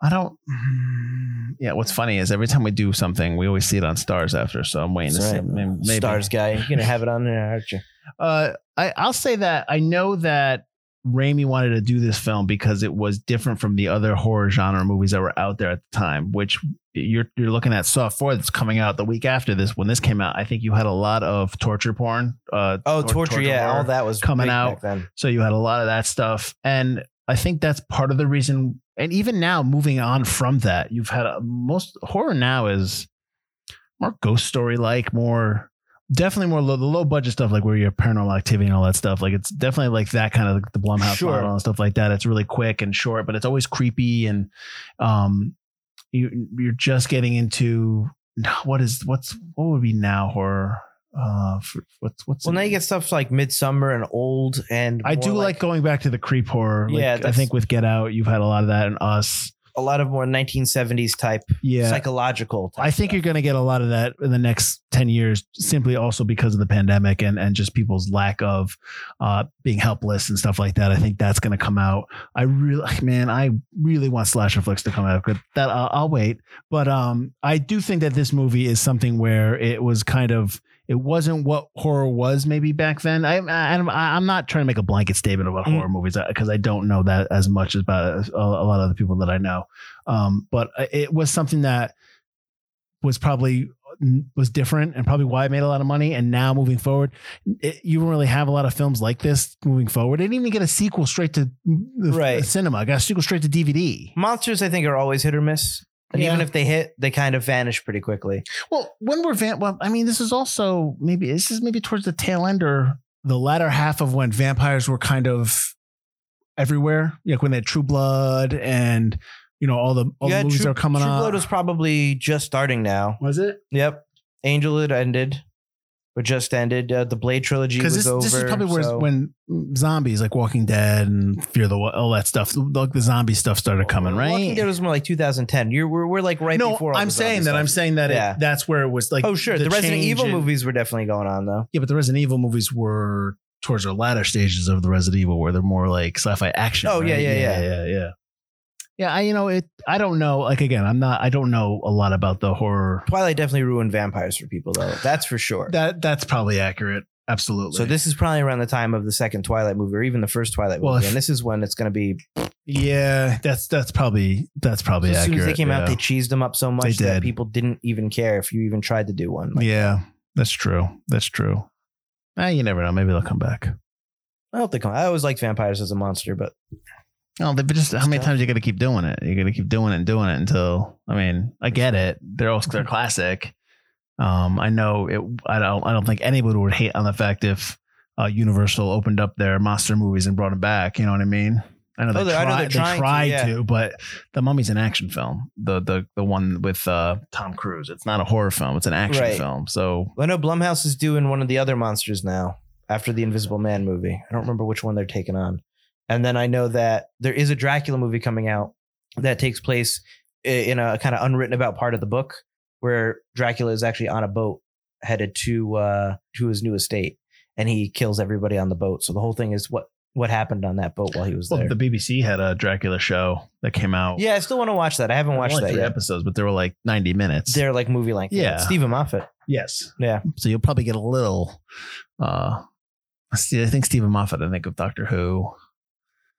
E: I don't. mm, Yeah. What's funny is every time we do something, we always see it on Stars after. So I'm waiting
B: That's
E: to
B: right.
E: see. may- Maybe.
B: Stars guy, you're gonna have it on there, aren't you?
E: Uh, I I'll say that I know that Raimi wanted to do this film because it was different from the other horror genre movies that were out there at the time, which. You're you're looking at Saw Four that's coming out the week after this. When this came out, I think you had a lot of torture porn. Uh,
B: Oh,
E: or
B: torture! Yeah,
E: horror.
B: all that was
E: coming
B: big
E: out.
B: back then.
E: So you had a lot of that stuff. And I think that's part of the reason. And even now, moving on from that, you've had a, most horror now is more ghost story like, more definitely more low, the low budget stuff, like where you have paranormal activity and all that stuff. Like it's definitely like that kind of like the Blumhouse
B: Sure.
E: model and stuff like that. It's really quick and short, but it's always creepy and um, you you're just getting into what is what's what would be now horror. Uh, for, what's what's
B: Well, now you get stuff like Midsummer and Old, and
E: I
B: more
E: do like, going back to the creep horror. Like,
B: Yeah,
E: I
B: that's-
E: think with Get Out, you've had a lot of that in Us.
B: a lot of more 1970s type
E: Yeah,
B: psychological. Type
E: I think
B: stuff.
E: you're going to get a lot of that in the next ten years, simply also because of the pandemic and and just people's lack of uh, being helpless and stuff like that. I think that's going to come out. I really, man, I really want slasher flicks to come out. But that I'll, I'll wait. But um, I do think that this movie is something where it was kind of. It wasn't what horror was maybe back then. I, I, I'm- I'm not trying to make a blanket statement about
B: Mm.
E: horror movies because I don't know that as much as about a, a lot of the people that I know. Um, but it was something that was probably was different and probably why it made a lot of money. And now moving forward, it, you don't really have a lot of films like this moving forward. They didn't even get a sequel straight to mm, the
B: Right.
E: cinema. I got a sequel straight to DVD.
B: monsters. I think are always hit or miss, and
E: Yeah.
B: even if they hit, they kind of vanish pretty quickly.
E: Well, when we're Van, well, I mean, this is also maybe this is maybe towards the tail end or the latter half of when vampires were kind of everywhere, like when they had True Blood and you know all the all the movies
B: True,
E: that are coming
B: True
E: out.
B: Blood was probably just starting now.
E: was it?
B: Yep, Angel had ended. but just ended. Uh, the Blade trilogy was
E: because this,
B: over.
E: this is probably where
B: so-
E: when zombies like Walking Dead and Fear the Wa- all that stuff, like the zombie stuff started coming, right?
B: Walking Dead was more like 2010. You're we're, we're like right
E: no,
B: before. all
E: I'm
B: the zombie
E: saying that.
B: stuff.
E: I'm saying that it-
B: Yeah.
E: that's where it was like.
B: Oh sure, the, Resident
E: change
B: Evil
E: in-
B: movies were definitely going on though.
E: Yeah, but the Resident Evil movies were towards the latter stages of the Resident Evil, where they're more like sci-fi action.
B: Oh, yeah,
E: right?
B: yeah, yeah.
E: yeah, yeah. Yeah, I you know it. I don't know. Like again, I'm not. I don't know a lot about the horror.
B: Twilight definitely ruined vampires for people though. That's for sure.
E: That that's probably accurate. Absolutely.
B: so this is probably around the time of the second Twilight movie, or even the first Twilight movie,
E: Well, if-
B: and this is when it's going to be.
E: Yeah, that's that's probably that's probably
B: as soon
E: accurate.
B: as they came
E: yeah.
B: out, they cheesed them up so much
E: They
B: that
E: did.
B: people didn't even care if you even tried to do one. Like,
E: yeah, that's true. That's true. Eh, you never know. Maybe they'll come back.
B: I don't think I always liked vampires as a monster, but
E: Oh, they just how many
B: Stuff.
E: times you got to keep doing it? You got to keep doing it and doing it until I mean, I get it. They're all
B: Mm-hmm.
E: they're classic. Um, I know it. I don't. I don't think anybody would hate on the fact if uh, Universal opened up their monster movies and brought them back. You know what I mean? I know,
B: Oh,
E: they,
B: they're- I know
E: tried-
B: they're trying
E: they
B: to,
E: tried
B: yeah.
E: to, but the Mummy's an action film. The the the one with uh, Tom Cruise. It's not a horror film. It's an action
B: Right.
E: film. So
B: I know Blumhouse is doing one of the other monsters now after the Invisible Man movie. I don't remember which one they're taking on. And then I know that there is a Dracula movie coming out that takes place i- in a kind of unwritten about part of the book where Dracula is actually on a boat headed to uh, to his new estate and he kills everybody on the boat. So the whole thing is what what happened on that boat while he was
E: well,
B: there.
E: the BBC had a Dracula show that came out.
B: yeah, I still want to watch that. I haven't
E: Oh. Only
B: watched that
E: three
B: yet.
E: episodes, but they were like ninety minutes.
B: They're like movie length.
E: Yeah.
B: Stephen Moffat.
E: yes.
B: Yeah.
E: So you'll probably get a little. Uh, see, I think Stephen Moffat. I think of Doctor Who.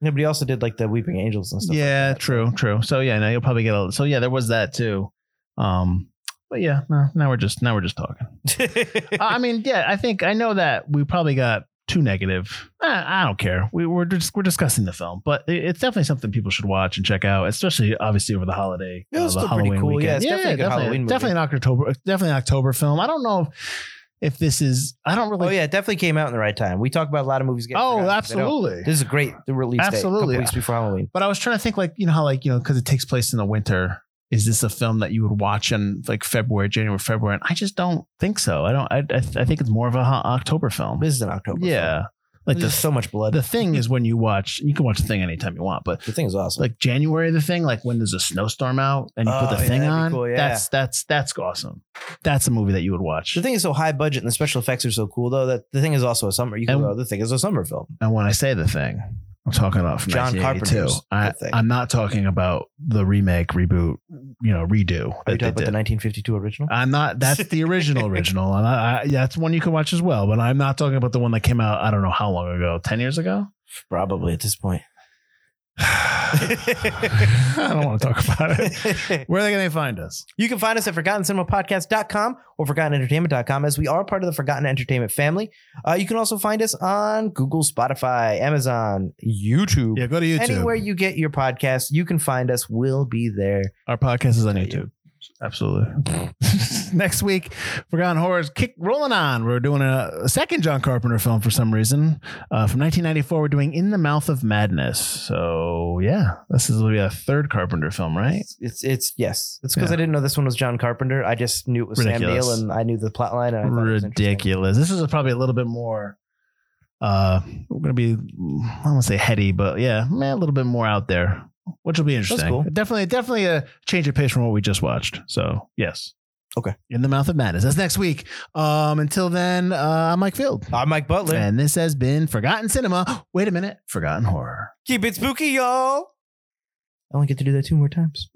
B: Nobody also did like the Weeping Angels and stuff.
E: yeah, true, true. So yeah, now you'll probably get a. So yeah, there was that too. Um, but yeah, no, now we're just now we're just talking. Uh, I mean, yeah, I think I know that we probably got too negative. Eh, I don't care. We, we're just we're discussing the film, but it- it's definitely something people should watch and check out, especially obviously over the holiday. uh,
B: It was
E: the
B: still pretty cool. Yeah, it's definitely a good
E: definitely,
B: Halloween movie.
E: definitely an October, definitely an October film. I don't know if, if this is. I don't really.
B: oh yeah, it definitely came out in the right time. We talk about a lot of movies. Getting
E: Oh,
B: forgotten. They don't.
E: absolutely.
B: This is a great the release date.
E: Absolutely.
B: Absolutely, weeks before Halloween.
E: But I was trying to think, like, you know, how, like, you know, because it takes place in the winter. Is this a film that you would watch in like February, January, February? And I just don't think so. I don't. I, I, th- I think it's more of a ho- October film.
B: This is in October.
E: yeah,
B: like
E: like
B: there's
E: the
B: so much blood.
E: the thing is when you watch, you can watch the thing anytime you want, but
B: The thing is awesome.
E: like January, the thing, like when there's a snowstorm out and you
B: Oh,
E: put the
B: yeah,
E: thing
B: that'd be
E: on,
B: cool, yeah.
E: that's that's that's awesome. That's a movie that you would watch.
B: the thing is so high budget and the special effects are so cool though that the thing is also a summer. You can
E: And-
B: go. The thing is a summer film.
E: And when I say the thing, I'm talking about from
B: John
E: 1982.
B: Carpenter's
E: I,
B: The Thing.
E: I'm not talking about the remake, reboot, you know,
B: Are
E: redo.
B: you
E: that they
B: talking about
E: did. Uh,
B: the 1952 original?
E: I'm not. That's the original original, and I, I, that's one you can watch as well. But I'm not talking about the one that came out. I don't know how long ago, ten years ago.
B: Probably at this point.
E: I don't want to talk about it. Where are they going to find us?
B: You can find us at ForgottenCinemaPodcast.com or ForgottenEntertainment.com as we are part of the Forgotten Entertainment family. Uh, you can also find us on Google, Spotify, Amazon, YouTube.
E: Yeah, go to YouTube.
B: Anywhere you get your podcast, you can find us. We'll be there.
E: Our podcast is on YouTube. Absolutely. Next week, Forgotten Horrors kick rolling on. We're doing a, a second John Carpenter film for some reason uh, from 1994. We're doing In the Mouth of Madness. So yeah, this is gonna be a third Carpenter film, right?
B: It's it's, it's- yes. It's because
E: Yeah.
B: I didn't know this one was John Carpenter. I just knew it was
E: Ridiculous.
B: Sam Neill, and I knew the plot line. And I thought it was interesting.
E: ridiculous. This is a- probably a little bit more. Uh, we're gonna be I don't want to say heady, but yeah, man, a little bit more out there, which will be interesting.
B: cool.
E: Definitely, definitely a change of pace from what we just watched. So yes,
B: Okay.
E: In the mouth of madness. That's next week. Um, until then, uh, I'm Mike Field,
B: I'm Mike Butler.
E: and this has been Forgotten Cinema. Wait a minute, Forgotten Horror.
B: Keep it spooky, Hmm. y'all. I only get to do that two more times.